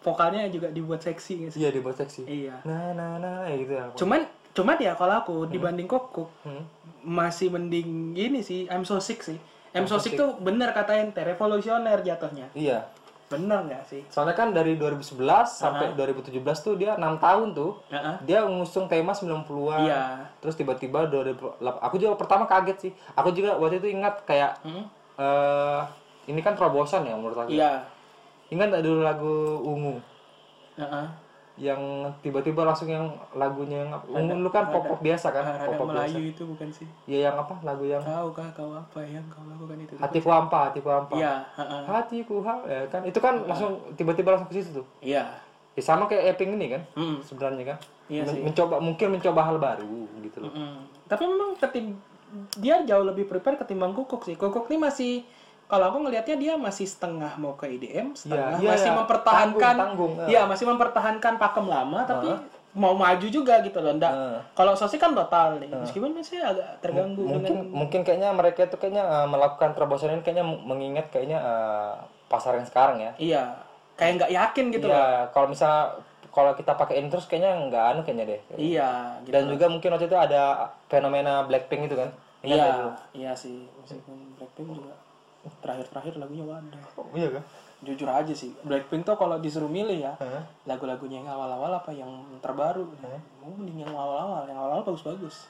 [SPEAKER 2] vokalnya juga dibuat seksi nggak sih.
[SPEAKER 1] iya dibuat seksi
[SPEAKER 2] Iya.
[SPEAKER 1] nah nah nah ya gitu ya
[SPEAKER 2] Cuman cuman ya kalau aku dibanding kokok
[SPEAKER 1] Hmm.
[SPEAKER 2] masih mending gini sih I'm so sick sih I'm so sick tuh bener kata ente revolusioner jatuhnya
[SPEAKER 1] iya
[SPEAKER 2] bener nggak sih
[SPEAKER 1] soalnya kan dari 2011 sampai 2017 tuh dia 6 tahun tuh
[SPEAKER 2] Heeh.
[SPEAKER 1] dia ngusung tema 90-an
[SPEAKER 2] iya
[SPEAKER 1] terus tiba-tiba 2008 aku juga pertama kaget sih aku juga waktu itu ingat kayak
[SPEAKER 2] Hmm?
[SPEAKER 1] eh ini kan terobosan ya menurut aku
[SPEAKER 2] iya
[SPEAKER 1] ingat nggak dulu lagu ungu
[SPEAKER 2] Heeh.
[SPEAKER 1] yang tiba-tiba langsung yang lagunya yang apa? ungu dulu kan pop pop biasa kan
[SPEAKER 2] Rada
[SPEAKER 1] pop pop biasa
[SPEAKER 2] Melayu itu bukan sih
[SPEAKER 1] ya yang apa lagu yang
[SPEAKER 2] tahu kah kau apa yang kau lakukan itu
[SPEAKER 1] hatiku hampa hatiku hampa
[SPEAKER 2] iya heeh.
[SPEAKER 1] hatiku hampa ya kan itu kan langsung tiba-tiba langsung ke situ tuh
[SPEAKER 2] iya Hmm.
[SPEAKER 1] Ya, sama kayak Eping ini kan
[SPEAKER 2] Mm-mm.
[SPEAKER 1] sebenarnya kan.
[SPEAKER 2] Iya
[SPEAKER 1] Men-
[SPEAKER 2] sih.
[SPEAKER 1] mencoba mungkin mencoba hal baru gitu loh.
[SPEAKER 2] Mm-mm. Tapi memang ketim dia jauh lebih prepare ketimbang Kukuk sih. Kukuk nih masih kalau aku ngelihatnya dia masih setengah mau ke IDM, setengah
[SPEAKER 1] iya,
[SPEAKER 2] masih
[SPEAKER 1] iya.
[SPEAKER 2] mempertahankan
[SPEAKER 1] Tanggung, eh. tanggung,
[SPEAKER 2] Iya, masih mempertahankan pakem lama tapi mau maju juga gitu loh. Nggak-
[SPEAKER 1] Heeh.
[SPEAKER 2] Kalau Sosi kan total nih. Meskipun masih agak terganggu
[SPEAKER 1] mungkin
[SPEAKER 2] Iya, dengan
[SPEAKER 1] mungkin kayaknya mereka itu kayaknya eh, melakukan terobosan ini kayaknya mengingat kayaknya eh, pasar yang sekarang ya.
[SPEAKER 2] iya, kayak nggak yakin gitu loh.
[SPEAKER 1] Iya, kalau misalnya kalau kita pakai ini terus kayaknya nggak anu kayaknya deh.
[SPEAKER 2] Iya, gitu.
[SPEAKER 1] Dan juga mungkin waktu itu ada fenomena Blackpink itu kan. Ingat
[SPEAKER 2] Iya,
[SPEAKER 1] nggak dulu?
[SPEAKER 2] iya sih. Meskipun Blackpink juga terakhir-terakhir lagunya wadah.
[SPEAKER 1] iya kan?
[SPEAKER 2] Jujur aja sih, Blackpink tuh kalau disuruh milih ya,
[SPEAKER 1] Heeh.
[SPEAKER 2] lagu-lagunya yang awal-awal apa yang terbaru? Mau mending yang awal-awal, yang awal-awal bagus-bagus.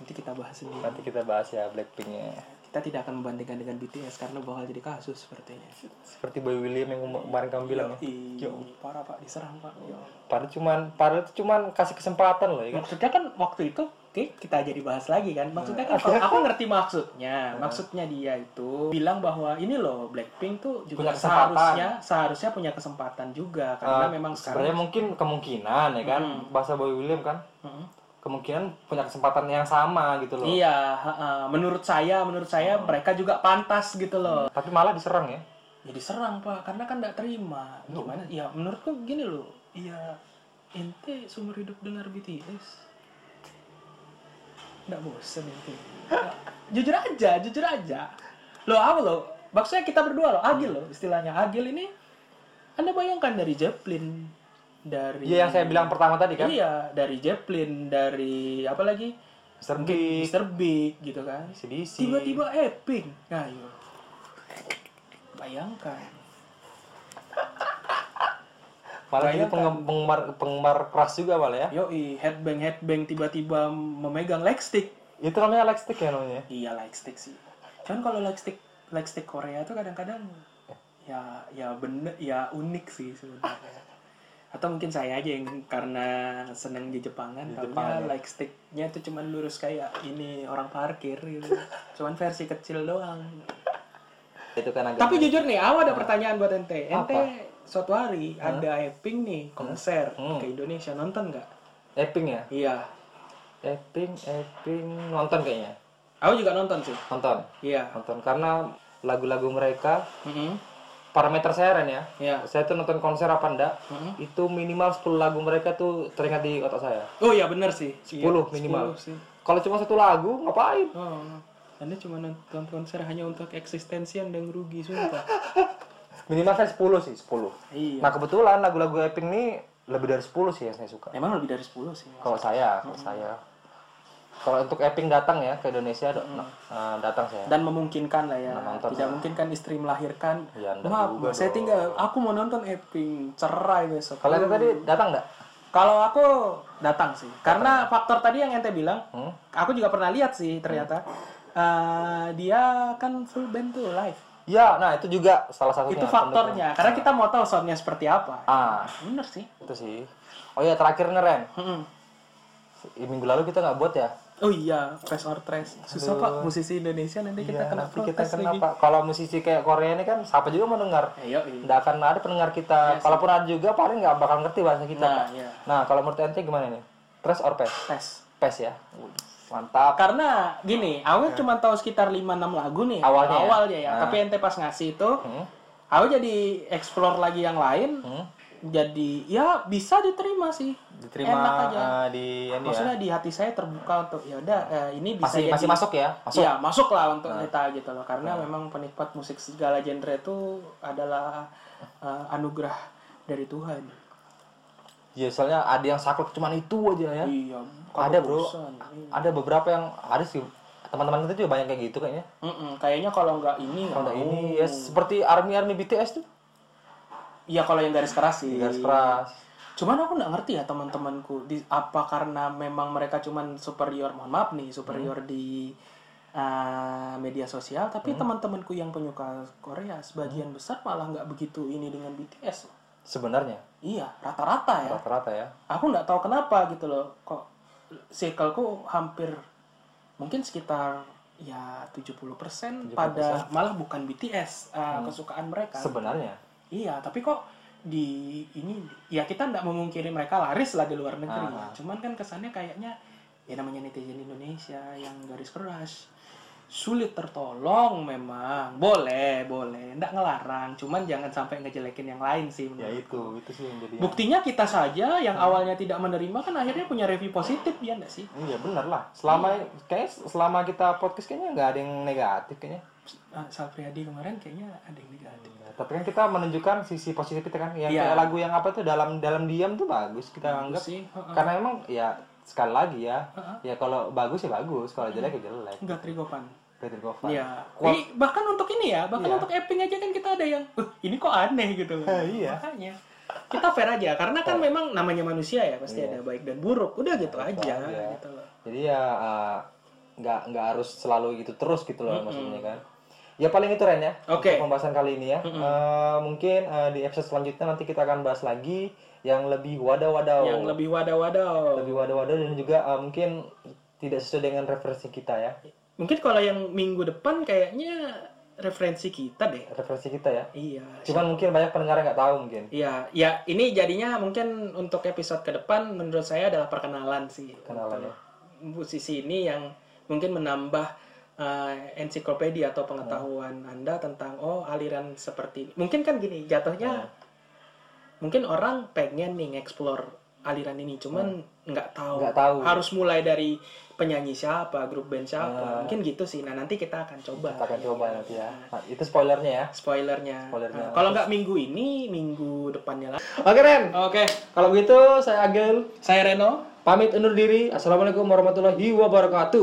[SPEAKER 2] Nanti kita bahas sendiri.
[SPEAKER 1] Nanti kita bahas ya Blackpinknya.
[SPEAKER 2] Kita tidak akan membandingkan dengan BTS karena bakal jadi kasus sepertinya.
[SPEAKER 1] Seperti Boy William yang kemarin kamu bilang ya.
[SPEAKER 2] Ih, Iya, parah pak, diserang pak. Ya.
[SPEAKER 1] Padahal cuman padahal itu cuman kasih kesempatan loh ya kan.
[SPEAKER 2] Maksudnya kan waktu itu oke, kita jadi bahas lagi kan. Maksudnya kan kalau aku ngerti maksudnya. Maksudnya dia itu bilang bahwa ini loh Blackpink tuh juga
[SPEAKER 1] Punya kesempatan.
[SPEAKER 2] seharusnya seharusnya punya kesempatan juga Iya, karena
[SPEAKER 1] Ah,
[SPEAKER 2] memang sekarang Hmm.
[SPEAKER 1] Sebenarnya mungkin kemungkinan ya kan bahasa Boy William kan
[SPEAKER 2] Mm-mm.
[SPEAKER 1] kemungkinan punya kesempatan yang sama gitu loh.
[SPEAKER 2] Iya, ha-ha. menurut saya, menurut saya mereka juga pantas gitu loh.
[SPEAKER 1] Tapi malah diserang ya.
[SPEAKER 2] Ya diserang pak, karena kan nggak terima. Gimana? Ya menurutku gini loh. Iya, ente seumur hidup dengar BTS, nggak bosen ente. Ya, jujur aja, jujur aja. Loh apa loh? Maksudnya kita berdua loh, agil loh istilahnya. Agil ini, anda bayangkan dari Zeppelin, dari
[SPEAKER 1] Iya yang saya bilang pertama tadi kan.
[SPEAKER 2] iya dari Zeppelin, dari apa lagi?
[SPEAKER 1] Mr. Big,
[SPEAKER 2] Mr. Big gitu kan.
[SPEAKER 1] CDC.
[SPEAKER 2] tiba-tiba epic nah yo bayangkan
[SPEAKER 1] Malah jadi pengem- penggemar penggemar keras juga malah ya.
[SPEAKER 2] yoi headbang headbang tiba-tiba memegang leg stick
[SPEAKER 1] Itu namanya Alex Stick ya namanya.
[SPEAKER 2] iya leg stick sih cuman kalau leg stick leg stick Korea tuh kadang-kadang ya ya bener ya unik sih sebenarnya atau mungkin saya aja yang karena seneng di Jepangan taunya leg sticknya tuh cuman lurus kayak ini orang parkir gitu cuman versi kecil doang
[SPEAKER 1] Itu kan agak
[SPEAKER 2] Tapi jujur nih, aku ada pertanyaan buat ente. Ente suatu hari ada Eping nih konser ke Indonesia nonton nggak?
[SPEAKER 1] Eping ya.
[SPEAKER 2] Iya,
[SPEAKER 1] Eping, Eping nonton kayaknya.
[SPEAKER 2] aku juga nonton sih.
[SPEAKER 1] Nonton.
[SPEAKER 2] Iya.
[SPEAKER 1] Nonton karena lagu-lagu mereka
[SPEAKER 2] Mm-mm.
[SPEAKER 1] parameter saya Ren ya.
[SPEAKER 2] Iya.
[SPEAKER 1] Saya tuh nonton konser apa enggak?
[SPEAKER 2] Mm-mm.
[SPEAKER 1] Itu minimal 10 lagu mereka tuh teringat di otak saya.
[SPEAKER 2] Oh iya bener sih. Iya,
[SPEAKER 1] 10 minimal.
[SPEAKER 2] 10 sih.
[SPEAKER 1] Kalau cuma satu lagu ngapain?
[SPEAKER 2] Oh, anda cuma nonton konser hanya untuk eksistensi anda rugi sumpah.
[SPEAKER 1] Minimal saya 10 sih, 10.
[SPEAKER 2] iya.
[SPEAKER 1] Nah, kebetulan lagu-lagu Eping ini lebih dari 10 sih yang saya suka.
[SPEAKER 2] Emang lebih dari 10 sih. Mas.
[SPEAKER 1] Kalau saya, kalau saya. Kalau untuk Eping datang ya ke Indonesia do- eh, datang saya.
[SPEAKER 2] Dan memungkinkan lah ya.
[SPEAKER 1] nonton
[SPEAKER 2] Tidak mungkin kan istri melahirkan.
[SPEAKER 1] Ya, nggak
[SPEAKER 2] Maaf,
[SPEAKER 1] juga
[SPEAKER 2] Mas, saya tinggal. Aku mau nonton Eping. Cerai besok.
[SPEAKER 1] Kalau itu
[SPEAKER 2] Oh.
[SPEAKER 1] tadi datang enggak?
[SPEAKER 2] Kalau aku datang sih, karena faktor tadi yang ente bilang,
[SPEAKER 1] Hmm?
[SPEAKER 2] aku juga pernah lihat sih ternyata Eh, dia kan full band tuh live.
[SPEAKER 1] Ya, nah itu juga salah satunya.
[SPEAKER 2] Itu faktornya, karena kita mau tahu soundnya seperti apa.
[SPEAKER 1] Ah,
[SPEAKER 2] Bener sih.
[SPEAKER 1] itu sih. Oh ya terakhir nih Ren.
[SPEAKER 2] Mm-mm.
[SPEAKER 1] Minggu lalu kita nggak buat ya.
[SPEAKER 2] Hmm. Oh iya, trash or trash. Susah pak musisi Indonesia Iya, nanti kita kena
[SPEAKER 1] Tapi kita
[SPEAKER 2] Ya, protes lagi.
[SPEAKER 1] kenapa? Kalau musisi kayak Korea ini kan siapa juga mau dengar?
[SPEAKER 2] Ayo, iya.
[SPEAKER 1] Nggak akan ada pendengar kita. Kalaupun ada juga paling nggak bakal ngerti bahasa kita.
[SPEAKER 2] Nah,
[SPEAKER 1] Pak.
[SPEAKER 2] iya.
[SPEAKER 1] Nah, kalau menurut ente gimana nih? Trash or pass?
[SPEAKER 2] Tes.
[SPEAKER 1] Pass ya. Mantap.
[SPEAKER 2] Karena gini, aku cuma tahu sekitar 5-6 lagu nih.
[SPEAKER 1] Ya. Awalnya ya? Hmm.
[SPEAKER 2] ya. Tapi ente pas ngasih itu, aku jadi explore lagi yang lain. Jadi ya bisa diterima sih.
[SPEAKER 1] Diterima
[SPEAKER 2] Enak aja.
[SPEAKER 1] eh, di ini ya.
[SPEAKER 2] Maksudnya di hati saya terbuka untuk ya udah eh, ini bisa
[SPEAKER 1] Hmm. Masih
[SPEAKER 2] jadi
[SPEAKER 1] masih masuk ya? Masuk. Nah.
[SPEAKER 2] Iya, masuk lah untuk kita gitu loh. Karena memang penikmat musik segala genre itu adalah eh, anugerah dari Tuhan.
[SPEAKER 1] Iya, soalnya ada yang saklek cuman itu aja ya.
[SPEAKER 2] Iya,
[SPEAKER 1] Ada, Bro.
[SPEAKER 2] kalau bosan.
[SPEAKER 1] Ada beberapa yang ada sih teman-teman kita juga banyak kayak gitu kayaknya.
[SPEAKER 2] Mm-mm, kayaknya kalau nggak ini nggak
[SPEAKER 1] Kalau nggak ini ya
[SPEAKER 2] Oh.
[SPEAKER 1] seperti army-army BTS tuh.
[SPEAKER 2] Iya kalau yang garis keras sih.
[SPEAKER 1] Garis keras.
[SPEAKER 2] Cuman aku nggak ngerti ya teman-temanku di apa karena memang mereka cuman superior, mohon maaf nih, superior di eh, media sosial, tapi teman-temanku yang penyuka Korea sebagian besar malah nggak begitu ini dengan BTS. loh.
[SPEAKER 1] Sebenarnya
[SPEAKER 2] Iya, rata-rata ya.
[SPEAKER 1] rata-rata ya.
[SPEAKER 2] Aku nggak tahu kenapa gitu loh. Kok circleku hampir mungkin sekitar ya 70%, pada malah bukan BTS eh, kesukaan mereka.
[SPEAKER 1] Sebenarnya
[SPEAKER 2] Iya, tapi kok di ini ya kita nggak memungkiri mereka laris lah di luar negeri lah. cuman kan kesannya kayaknya ya namanya netizen Indonesia yang garis keras sulit tertolong memang boleh boleh nggak ngelarang cuman jangan sampai ngejelekin yang lain sih
[SPEAKER 1] ya
[SPEAKER 2] menurut
[SPEAKER 1] itu itu sih yang jadi ya. yang-
[SPEAKER 2] buktinya kita saja yang awalnya tidak menerima kan akhirnya punya review positif ya nggak sih
[SPEAKER 1] iya bener lah selama
[SPEAKER 2] Iya.
[SPEAKER 1] kayaknya selama kita podcast kayaknya nggak ada yang negatif kayaknya
[SPEAKER 2] Ah, Sal Priadi kemarin kayaknya ada yang negatif
[SPEAKER 1] Ya, tapi kan kita menunjukkan sisi positif kita kan yang
[SPEAKER 2] Iya.
[SPEAKER 1] kayak lagu yang apa tuh dalam dalam diam tuh bagus kita anggap
[SPEAKER 2] sih heeh.
[SPEAKER 1] karena emang ya sekali lagi ya
[SPEAKER 2] Heeh.
[SPEAKER 1] ya kalau bagus ya bagus kalau jelek ya jelek
[SPEAKER 2] nggak trigopan
[SPEAKER 1] Peter Govan
[SPEAKER 2] Iya. Ini bahkan untuk ini ya,
[SPEAKER 1] Iya.
[SPEAKER 2] bahkan untuk Epping aja kan kita ada yang "Uh, ini kok aneh gitu.
[SPEAKER 1] Eh, iya.
[SPEAKER 2] Makanya kita fair aja karena kan memang namanya manusia ya pasti ada baik dan buruk. Udah gitu aja
[SPEAKER 1] Iya. aja.
[SPEAKER 2] gitu loh.
[SPEAKER 1] jadi ya eh, nggak nggak harus selalu gitu terus gitu loh maksudnya kan ya paling itu Ren ya
[SPEAKER 2] Oke.
[SPEAKER 1] untuk pembahasan kali ini ya Eh, mungkin eh, di episode selanjutnya nanti kita akan bahas lagi yang lebih wadah-wadah
[SPEAKER 2] Yang lebih wadaw-wadaw.
[SPEAKER 1] lebih wadah-wadah dan juga eh, mungkin tidak sesuai dengan referensi kita ya
[SPEAKER 2] Mungkin kalau yang minggu depan kayaknya referensi kita deh.
[SPEAKER 1] referensi kita ya
[SPEAKER 2] Iya.
[SPEAKER 1] cuman mungkin banyak pendengar yang nggak tahu mungkin
[SPEAKER 2] Iya, ya ini jadinya mungkin untuk episode ke depan menurut saya adalah perkenalan sih.
[SPEAKER 1] Perkenalan, ya.
[SPEAKER 2] Musisi ini yang mungkin menambah eh, ensiklopedia atau
[SPEAKER 1] Iya.
[SPEAKER 2] pengetahuan Anda tentang oh aliran seperti ini. Mungkin kan gini,
[SPEAKER 1] Iya.
[SPEAKER 2] jatuhnya mungkin orang pengen nih nge-explore aliran ini cuman nggak tahu.
[SPEAKER 1] Iya. Nggak tahu.
[SPEAKER 2] Harus mulai dari penyanyi siapa, grup
[SPEAKER 1] Ah.
[SPEAKER 2] band siapa. Mungkin gitu sih. Nah, nanti kita akan coba.
[SPEAKER 1] kita akan coba nanti ya Nah, itu spoilernya ya
[SPEAKER 2] Spoilernya.
[SPEAKER 1] Spoilernya.
[SPEAKER 2] Nah, kalau nggak minggu ini, minggu depannya lagi.
[SPEAKER 1] oke Ren
[SPEAKER 2] Oke,
[SPEAKER 1] kalau begitu saya Agil
[SPEAKER 2] saya Reno.
[SPEAKER 1] pamit undur diri assalamualaikum warahmatullahi wabarakatuh